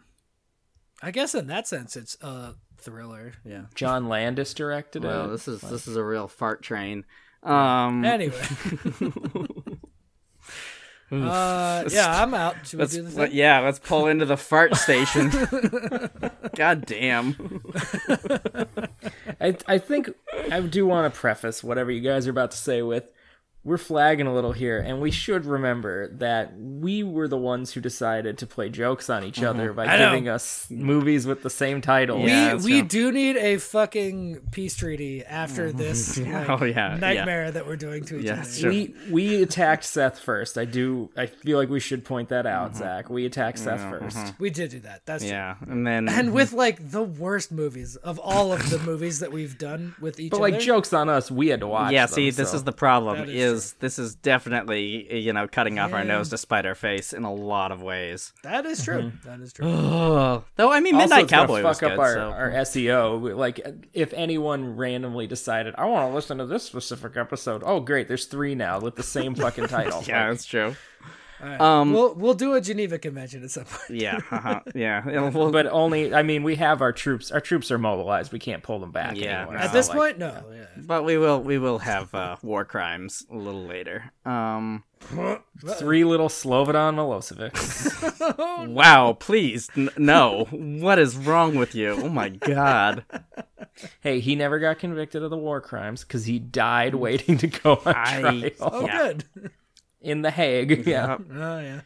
[SPEAKER 4] I guess in that sense, it's a thriller. Yeah.
[SPEAKER 3] John Landis directed
[SPEAKER 5] Well,
[SPEAKER 3] it.
[SPEAKER 5] Oh, this is this is a real fart train. Um,
[SPEAKER 4] Anyway. uh, yeah, I'm out. Should we
[SPEAKER 5] Let's
[SPEAKER 4] do the thing?
[SPEAKER 5] let- yeah, let's pull into the fart station. God damn.
[SPEAKER 3] I I think I do want to preface whatever you guys are about to say with we're flagging a little here, and we should remember that we were the ones who decided to play jokes on each other by
[SPEAKER 4] I know.
[SPEAKER 3] giving us movies with the same title.
[SPEAKER 5] Mm-hmm. Yeah. that's
[SPEAKER 4] we
[SPEAKER 5] true.
[SPEAKER 4] we do need a fucking peace treaty after this like,
[SPEAKER 5] Oh, yeah, yeah.
[SPEAKER 4] nightmare that we're doing to each
[SPEAKER 5] Yeah,
[SPEAKER 4] other.
[SPEAKER 5] that's true.
[SPEAKER 3] We we attacked Seth first. I do. I feel like we should point that out,
[SPEAKER 5] Mm-hmm.
[SPEAKER 3] Zach. We attacked Seth 1st
[SPEAKER 4] We did do that. That's true.
[SPEAKER 5] Yeah, Mm-hmm. and then
[SPEAKER 4] And with like the worst movies of all of the movies that we've done with each
[SPEAKER 3] But
[SPEAKER 4] other.
[SPEAKER 3] like jokes on us, we had to watch.
[SPEAKER 5] yeah,
[SPEAKER 3] them,
[SPEAKER 5] see, this
[SPEAKER 3] so.
[SPEAKER 5] is the problem.
[SPEAKER 4] That
[SPEAKER 5] Is,
[SPEAKER 4] is
[SPEAKER 5] this is definitely you know cutting off our
[SPEAKER 4] Yeah.
[SPEAKER 5] nose to spite our face in a lot of ways.
[SPEAKER 4] That is true.
[SPEAKER 5] Mm-hmm.
[SPEAKER 4] That is true.
[SPEAKER 5] Oh, though I mean,
[SPEAKER 3] also,
[SPEAKER 5] Midnight
[SPEAKER 3] it's gonna
[SPEAKER 5] Cowboy
[SPEAKER 3] fuck
[SPEAKER 5] was
[SPEAKER 3] up
[SPEAKER 5] good.
[SPEAKER 3] our,
[SPEAKER 5] so.
[SPEAKER 3] our SEO. We- Like, if anyone randomly decided, I want to listen to this specific episode. Oh, great, there's three now with the same fucking title.
[SPEAKER 5] yeah,
[SPEAKER 3] Like,
[SPEAKER 5] that's true.
[SPEAKER 4] Um, we'll we'll do a Geneva convention at some point.
[SPEAKER 5] Mm. Yeah, uh-huh, yeah. And we'll-
[SPEAKER 3] but only. I mean, we have our troops. Our troops are mobilized. We can't pull them back.
[SPEAKER 5] Yeah.
[SPEAKER 3] anymore,
[SPEAKER 4] At
[SPEAKER 3] so,
[SPEAKER 4] this
[SPEAKER 3] like,
[SPEAKER 4] point, no. Yeah.
[SPEAKER 5] but we will we will have uh, war crimes a little later. Um,
[SPEAKER 3] three little Slobodan Milosevic.
[SPEAKER 4] Oh,
[SPEAKER 5] wow, please n- no. what is wrong with you? Oh my god.
[SPEAKER 3] hey, he never got convicted of the war crimes because he died waiting to go on
[SPEAKER 5] Mm. I-
[SPEAKER 3] trial
[SPEAKER 4] Oh,
[SPEAKER 5] Yeah.
[SPEAKER 4] good.
[SPEAKER 3] in the Hague. Yeah.
[SPEAKER 4] Oh, yeah.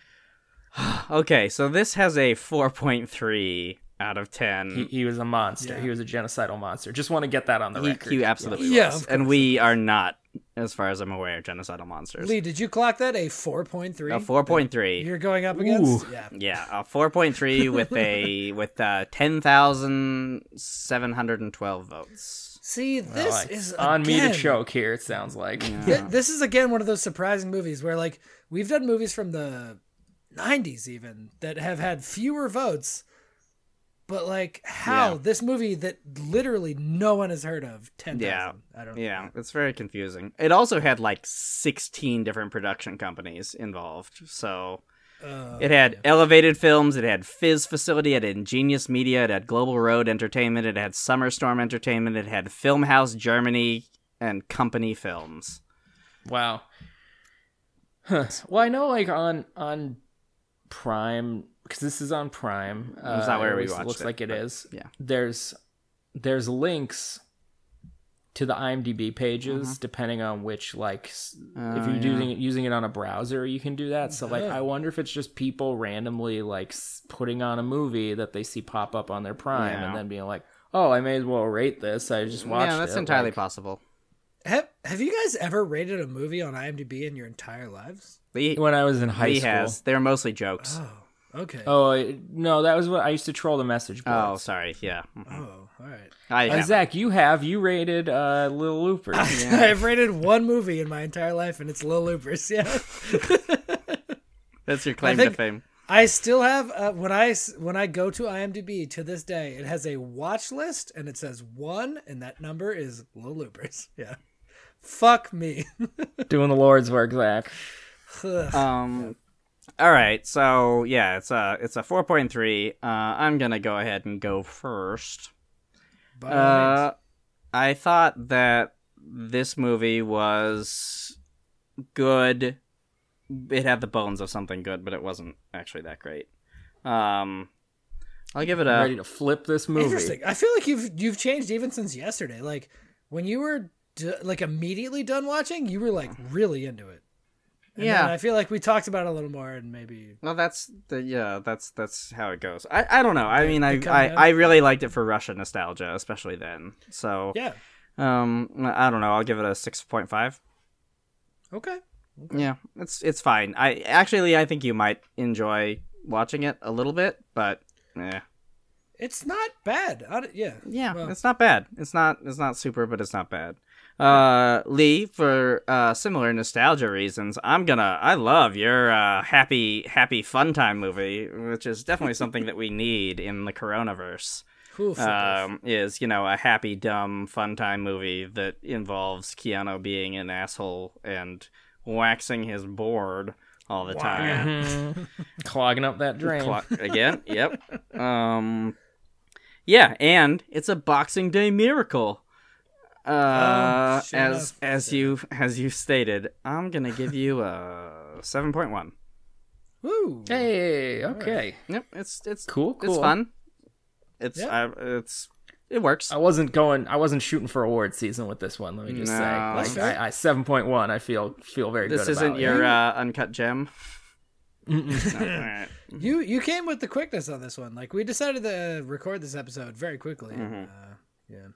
[SPEAKER 5] Okay, so this has a 4.3 out of ten.
[SPEAKER 3] He, he was a monster.
[SPEAKER 4] Yeah.
[SPEAKER 3] He was a genocidal monster. Just want to get that on the
[SPEAKER 5] He-
[SPEAKER 3] record.
[SPEAKER 5] he E absolutely
[SPEAKER 4] Yeah,
[SPEAKER 5] was.
[SPEAKER 4] of
[SPEAKER 5] and we are not, as far as I'm aware, genocidal monsters.
[SPEAKER 4] Lee, did you clock that? A 4.3?
[SPEAKER 5] a four point three.
[SPEAKER 4] You're going up against? Yeah.
[SPEAKER 5] Yeah, a four point three with a with uh, ten thousand seven hundred and twelve votes.
[SPEAKER 4] See, this
[SPEAKER 3] Well, it's
[SPEAKER 4] is
[SPEAKER 3] on me to
[SPEAKER 4] again-
[SPEAKER 3] choke here. It sounds like
[SPEAKER 4] Th- this is again one of those surprising movies where like we've done movies from the 90s even that have had fewer votes but like how
[SPEAKER 5] Yeah.
[SPEAKER 4] this movie that literally no one has heard of 10,000
[SPEAKER 5] Yeah.
[SPEAKER 4] I don't
[SPEAKER 5] Yeah, it's very confusing. It also had like sixteen different production companies involved. So
[SPEAKER 4] uh,
[SPEAKER 5] it had Elevated Films, it had Fizz Facility, it had Ingenious Media, it had Global Road Entertainment, it had Summerstorm Entertainment, it had Filmhouse Germany, and Company Films.
[SPEAKER 3] wow. Huh. Well, I know like on on Prime because this is on Prime.
[SPEAKER 5] It's not where
[SPEAKER 3] at
[SPEAKER 5] we
[SPEAKER 3] least
[SPEAKER 5] watched
[SPEAKER 3] Looks
[SPEAKER 5] it,
[SPEAKER 3] like it
[SPEAKER 5] but
[SPEAKER 3] is.
[SPEAKER 5] yeah.
[SPEAKER 3] There's there's links to the IMDb pages depending on which like s-
[SPEAKER 5] Mm-hmm. Oh,
[SPEAKER 3] if you're
[SPEAKER 5] yeah.
[SPEAKER 3] using it, using it on a browser, you can do that. So like,
[SPEAKER 4] Uh-huh.
[SPEAKER 3] I wonder if it's just people randomly like s- putting on a movie that they see pop up on their Prime
[SPEAKER 5] Yeah.
[SPEAKER 3] and then being like, oh, I may as well rate this. I just watched.
[SPEAKER 5] Yeah, that's
[SPEAKER 3] it.
[SPEAKER 5] entirely
[SPEAKER 3] Like,
[SPEAKER 5] possible.
[SPEAKER 4] have, have you guys ever rated a movie on IMDb in your entire lives?
[SPEAKER 5] Lee,
[SPEAKER 3] when I was in high
[SPEAKER 5] Lee
[SPEAKER 3] school.
[SPEAKER 5] has. They're mostly jokes.
[SPEAKER 4] Oh, okay.
[SPEAKER 3] Oh I- no, that was what I used to troll the message
[SPEAKER 5] Oh,
[SPEAKER 3] boards.
[SPEAKER 5] sorry. Yeah, Mhm.
[SPEAKER 4] Oh, all right.
[SPEAKER 5] I
[SPEAKER 3] Uh,
[SPEAKER 5] have.
[SPEAKER 3] Zach, you have you rated uh, Little Loopers?
[SPEAKER 4] I've rated one movie in my entire life and it's Lil Loopers, yeah.
[SPEAKER 5] That's your claim to
[SPEAKER 4] think-
[SPEAKER 5] fame.
[SPEAKER 4] I still have uh, when I s- when I go to IMDb to this day, it has a watch list and it says one, and that number is Lil Loopers. Yeah, fuck me.
[SPEAKER 3] Doing the Lord's work, Zach.
[SPEAKER 4] Ugh.
[SPEAKER 5] Um, all right. So yeah, it's a it's a four point three. Uh, I'm gonna go ahead and go first.
[SPEAKER 4] By all means.
[SPEAKER 5] Uh, I thought that this movie was good. It had the bones of something good, but it wasn't actually that great. Um, I'll give it a.
[SPEAKER 3] Ready to flip this movie?
[SPEAKER 4] Interesting. I feel like you've you've changed even since yesterday. Like when you were d- like immediately done watching, you were like really into it. And
[SPEAKER 5] Yeah.
[SPEAKER 4] then I feel like we talked about it a little more, and maybe
[SPEAKER 5] Well, that's the yeah, that's that's how it goes. I, I don't know. I mean, I,
[SPEAKER 4] they come
[SPEAKER 5] I
[SPEAKER 4] out-
[SPEAKER 5] I really liked it for Russia nostalgia, especially then. So
[SPEAKER 4] yeah.
[SPEAKER 5] um, I don't know. I'll give it a six point five.
[SPEAKER 4] Okay.
[SPEAKER 5] Yeah, it's it's fine. I actually I think you might enjoy watching it a little bit, but eh.
[SPEAKER 4] It's not bad. I d- yeah.
[SPEAKER 5] yeah,
[SPEAKER 4] Well-
[SPEAKER 5] it's not bad. It's not it's not super, but it's not bad. Uh, Lee, for uh, similar nostalgia reasons, I'm gonna I love your uh, happy happy fun time movie, which is definitely something that we need in the coronaverse.
[SPEAKER 4] Who fuck off.
[SPEAKER 5] um, is you know a happy dumb fun time movie that involves Keanu being an asshole and waxing his board all the time
[SPEAKER 3] Mhm. Clogging up that drain.
[SPEAKER 5] Clock- again yep um yeah and it's a boxing day miracle uh
[SPEAKER 4] Oh, sure
[SPEAKER 5] as
[SPEAKER 4] enough.
[SPEAKER 5] as you as you stated i'm gonna give you a 7.1
[SPEAKER 4] Woo.
[SPEAKER 3] Hey, okay.
[SPEAKER 5] yep it's it's
[SPEAKER 3] Cool, cool.
[SPEAKER 5] it's fun it's
[SPEAKER 4] Yep.
[SPEAKER 5] I, it's it works
[SPEAKER 3] I wasn't going. I wasn't shooting for award season with this one. Let me just
[SPEAKER 5] No.
[SPEAKER 3] say,
[SPEAKER 5] That's
[SPEAKER 3] like,
[SPEAKER 4] fair.
[SPEAKER 3] I, I seven point one. I feel feel very
[SPEAKER 5] this
[SPEAKER 3] good.
[SPEAKER 5] isn't
[SPEAKER 3] about
[SPEAKER 5] your uh, uncut gem
[SPEAKER 3] It.
[SPEAKER 5] No, all right.
[SPEAKER 4] You you came with the quickness on this one. Like we decided to record this episode very quickly.
[SPEAKER 5] Mhm.
[SPEAKER 4] Uh, yeah.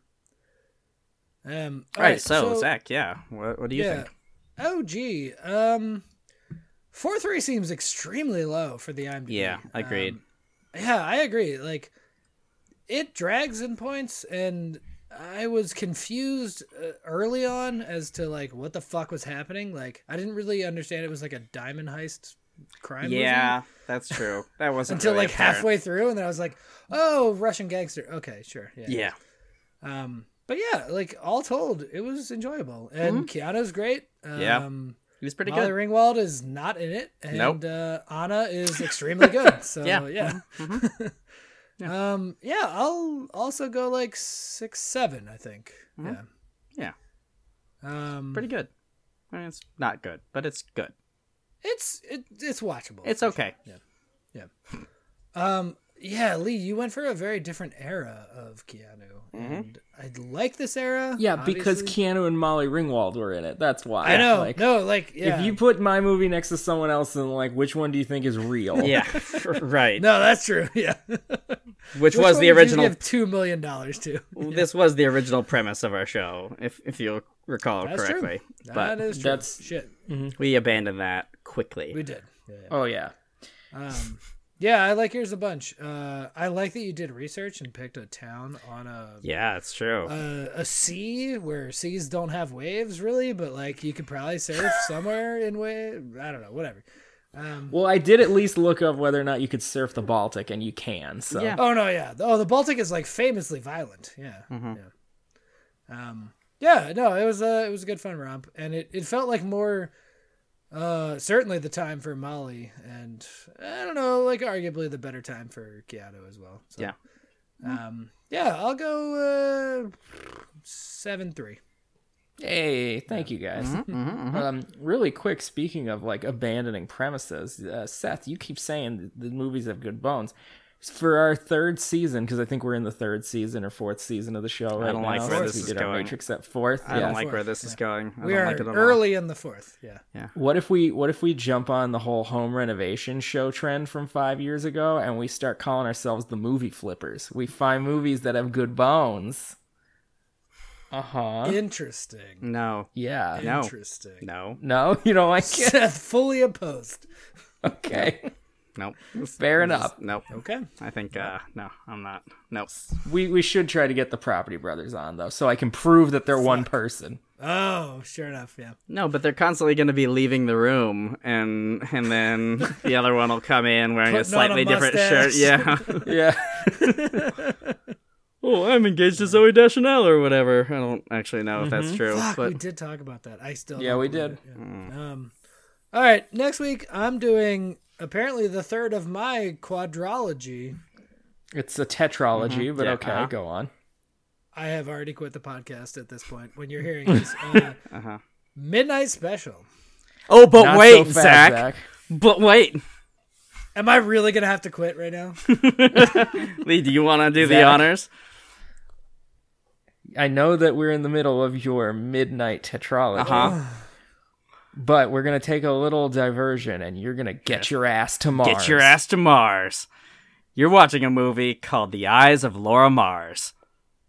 [SPEAKER 4] Um.
[SPEAKER 5] All right, so, Zach, yeah, what, what do you think?
[SPEAKER 4] Oh gee. Um. Four three seems extremely low for the IMDb.
[SPEAKER 5] Yeah, agreed.
[SPEAKER 4] Um, yeah, I agree. Like, it drags in points, and I was confused uh, early on as to like what the fuck was happening. Like, I didn't really understand it was like a diamond heist crime. movie.
[SPEAKER 5] yeah, that's true. That wasn't
[SPEAKER 4] until
[SPEAKER 5] really
[SPEAKER 4] like
[SPEAKER 5] apparent.
[SPEAKER 4] halfway through, and then I was like, "Oh, Russian gangster." Okay, sure. Yeah.
[SPEAKER 5] Yeah,
[SPEAKER 4] Um, but yeah, like all told, it was enjoyable, and Keanu's great. Um,
[SPEAKER 5] Mm-hmm. Yeah. he was pretty
[SPEAKER 4] Molly
[SPEAKER 5] good.
[SPEAKER 4] Ringwald is not in it, and
[SPEAKER 5] Nope.
[SPEAKER 4] uh, Anna is extremely good. So
[SPEAKER 5] Yeah. Mm-hmm.
[SPEAKER 4] yeah, um, yeah. I'll also go like six, seven. I think. Yeah.
[SPEAKER 5] Yeah.
[SPEAKER 4] Yeah. Um,
[SPEAKER 5] Mm-hmm. Pretty good. I mean, it's not good, but it's good.
[SPEAKER 4] It's it, it's watchable.
[SPEAKER 5] It's
[SPEAKER 4] for
[SPEAKER 5] okay.
[SPEAKER 4] Um, yeah, Lee, you went for a very different era of Keanu,
[SPEAKER 5] Mm-hmm.
[SPEAKER 4] and I like this era.
[SPEAKER 3] yeah, because
[SPEAKER 4] obviously.
[SPEAKER 3] Keanu and Molly Ringwald were in it. That's why.
[SPEAKER 4] I know,
[SPEAKER 3] Like,
[SPEAKER 4] no, like yeah.
[SPEAKER 3] If you put my movie next to someone else, and like, which one do you think is real?
[SPEAKER 5] Yeah, right.
[SPEAKER 4] no, that's true. Yeah,
[SPEAKER 5] which,
[SPEAKER 4] Which
[SPEAKER 5] was
[SPEAKER 4] one
[SPEAKER 5] the
[SPEAKER 4] would you
[SPEAKER 5] original.
[SPEAKER 4] give two million dollars to?
[SPEAKER 5] This was the original premise of our show, if if you recall
[SPEAKER 4] That's true.
[SPEAKER 5] correctly. But
[SPEAKER 4] that is true.
[SPEAKER 3] that's-
[SPEAKER 4] shit.
[SPEAKER 5] we abandoned that quickly.
[SPEAKER 4] We did. Yeah, yeah.
[SPEAKER 3] Oh yeah.
[SPEAKER 4] Um, yeah, I like yours a bunch. Uh, I like that you did research and picked a town on a
[SPEAKER 5] yeah, it's true.
[SPEAKER 4] a, a sea where seas don't have waves really, but like you could probably surf somewhere in wave. I don't know, whatever. Um,
[SPEAKER 3] Well, I did at least look up whether or not you could surf the Baltic, and you can. So
[SPEAKER 5] Yeah.
[SPEAKER 4] oh no, yeah. Oh, the Baltic is like famously violent. Yeah,
[SPEAKER 5] Mm-hmm.
[SPEAKER 4] yeah. Um, yeah. No, it was a it was a good fun romp, and it it felt like more. Uh, certainly the time for Molly, and I don't know, like arguably the better time for Keanu as well. So.
[SPEAKER 5] Yeah.
[SPEAKER 4] Um, yeah, I'll go uh, seven three.
[SPEAKER 3] hey, thank you guys. Um, really quick, speaking of like abandoning premises, uh, Seth, you keep saying the the movies have good bones. For our third season, because I think we're in the third season or fourth season of the show right
[SPEAKER 5] don't like
[SPEAKER 3] now,
[SPEAKER 5] where
[SPEAKER 3] since
[SPEAKER 5] this
[SPEAKER 3] we
[SPEAKER 5] is
[SPEAKER 3] did our
[SPEAKER 5] going.
[SPEAKER 3] Matrix at fourth.
[SPEAKER 5] I
[SPEAKER 3] yeah.
[SPEAKER 5] don't like where this is going. I
[SPEAKER 4] We
[SPEAKER 5] don't
[SPEAKER 4] are
[SPEAKER 5] like it at all.
[SPEAKER 4] early in the fourth. Yeah.
[SPEAKER 3] What if we what if we jump on the whole home renovation show trend from five years ago and we start calling ourselves the movie flippers? We find movies that have good bones. Uh huh.
[SPEAKER 4] Interesting.
[SPEAKER 5] No,
[SPEAKER 3] Yeah.
[SPEAKER 5] No.
[SPEAKER 4] Interesting.
[SPEAKER 5] no,
[SPEAKER 3] No, you don't like it.
[SPEAKER 4] Seth fully opposed.
[SPEAKER 3] Okay,
[SPEAKER 5] no.
[SPEAKER 3] fair enough.
[SPEAKER 5] Nope.
[SPEAKER 4] Okay.
[SPEAKER 5] I think uh no, I'm not. Nope.
[SPEAKER 3] We we should try to get the Property Brothers on though, so I can prove that they're one person.
[SPEAKER 4] Oh, sure enough. Yeah.
[SPEAKER 5] No, but they're constantly going to be leaving the room, and and then the other one will come in wearing a
[SPEAKER 4] Putting on a
[SPEAKER 5] slightly different
[SPEAKER 4] mustache.
[SPEAKER 5] shirt. Yeah.
[SPEAKER 3] Yeah.
[SPEAKER 5] oh, I'm engaged to Zoe Deschanel or whatever. I don't actually know if that's true,
[SPEAKER 4] Fuck, we
[SPEAKER 5] but
[SPEAKER 4] did talk about that. I still.
[SPEAKER 3] Yeah,
[SPEAKER 4] don't
[SPEAKER 3] we
[SPEAKER 4] believe
[SPEAKER 3] did.
[SPEAKER 4] it, yeah. Um, all right. Next week, I'm doing apparently the third of my quadrology.
[SPEAKER 3] It's a tetralogy, but
[SPEAKER 5] Yeah,
[SPEAKER 3] okay,
[SPEAKER 5] uh-huh.
[SPEAKER 3] go on.
[SPEAKER 4] I have already quit the podcast at this point. When you're hearing this, uh,
[SPEAKER 5] Uh-huh.
[SPEAKER 4] midnight special.
[SPEAKER 5] oh, but
[SPEAKER 3] Not so
[SPEAKER 5] wait,
[SPEAKER 3] fast,
[SPEAKER 5] Zach. But wait,
[SPEAKER 4] Am I really gonna have to quit right now?
[SPEAKER 5] Lee, do you want to do the
[SPEAKER 3] Zach.
[SPEAKER 5] honors?
[SPEAKER 3] I know that we're in the middle of your midnight tetralogy.
[SPEAKER 5] Uh-huh.
[SPEAKER 3] But we're gonna take a little diversion, and you're gonna get your ass to Mars.
[SPEAKER 5] Get your ass to Mars. You're watching a movie called The Eyes of Laura Mars.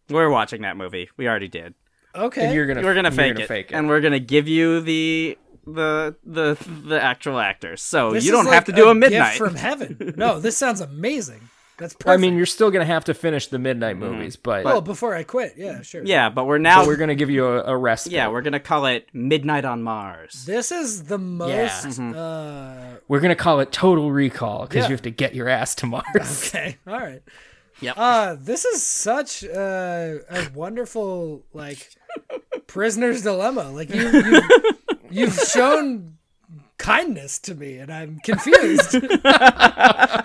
[SPEAKER 5] We're watching that movie. We already did.
[SPEAKER 4] Okay.
[SPEAKER 3] And you're gonna
[SPEAKER 5] we're gonna
[SPEAKER 3] you're
[SPEAKER 5] fake, it, and we're gonna give you the the the the actual actors. So
[SPEAKER 4] This
[SPEAKER 5] you
[SPEAKER 4] is
[SPEAKER 5] don't
[SPEAKER 4] like
[SPEAKER 5] have to do a,
[SPEAKER 4] gift
[SPEAKER 5] midnight.
[SPEAKER 4] from heaven. No, this sounds amazing. That's perfect.
[SPEAKER 3] I mean, you're still gonna have to finish the midnight
[SPEAKER 5] Mm-hmm.
[SPEAKER 3] movies, but,
[SPEAKER 4] well, before I quit, yeah, sure.
[SPEAKER 5] yeah, but we're now
[SPEAKER 3] but we're gonna give you a, a respite.
[SPEAKER 5] yeah we're gonna call it Midnight on Mars.
[SPEAKER 4] This is the most.
[SPEAKER 3] Yeah.
[SPEAKER 5] Mm-hmm.
[SPEAKER 4] Uh,
[SPEAKER 3] We're gonna call it Total Recall because
[SPEAKER 4] Yeah.
[SPEAKER 3] you have to get your ass to Mars.
[SPEAKER 4] okay, all right.
[SPEAKER 5] Yep.
[SPEAKER 4] Uh, this is such uh, a wonderful like prisoner's dilemma. Like you, you, you've shown kindness to me, and I'm confused. yeah,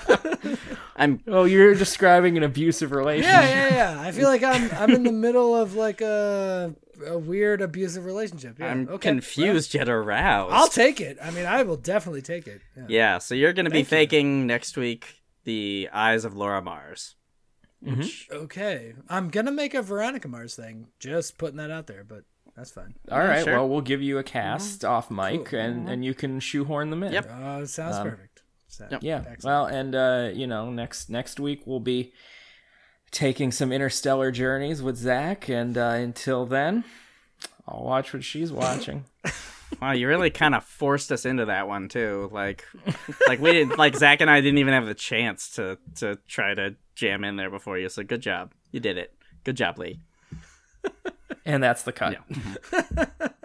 [SPEAKER 5] I'm
[SPEAKER 3] oh, you're describing an abusive relationship.
[SPEAKER 4] yeah, yeah. I feel like I'm I'm in the middle of like a a weird abusive relationship. Yeah,
[SPEAKER 5] I'm
[SPEAKER 4] okay.
[SPEAKER 5] confused yet aroused.
[SPEAKER 4] Well, I'll take it. I mean, I will definitely take it. Yeah.
[SPEAKER 5] yeah, so you're gonna be faking next week the Eyes of Laura Mars.
[SPEAKER 4] Okay, I'm gonna make a Veronica Mars thing. Just putting that out there, but that's fine.
[SPEAKER 3] All right.
[SPEAKER 5] sure. Mm-hmm.
[SPEAKER 3] Well, we'll give you a cast off mic, and and you can shoehorn them in.
[SPEAKER 5] Yep.
[SPEAKER 4] Uh, sounds
[SPEAKER 5] Um,
[SPEAKER 4] perfect. So-
[SPEAKER 3] Yeah.
[SPEAKER 4] Excellent.
[SPEAKER 3] Well, and uh, you know, next next week we'll be taking some interstellar journeys with Zach, and uh, until then, I'll watch what she's watching.
[SPEAKER 5] Wow, you really kind of forced us into that one too. Like, like we didn't like Zach and I didn't even have the chance to to try to jam in there before you. So good job, you did it. Good job, Lee.
[SPEAKER 3] and that's the cut.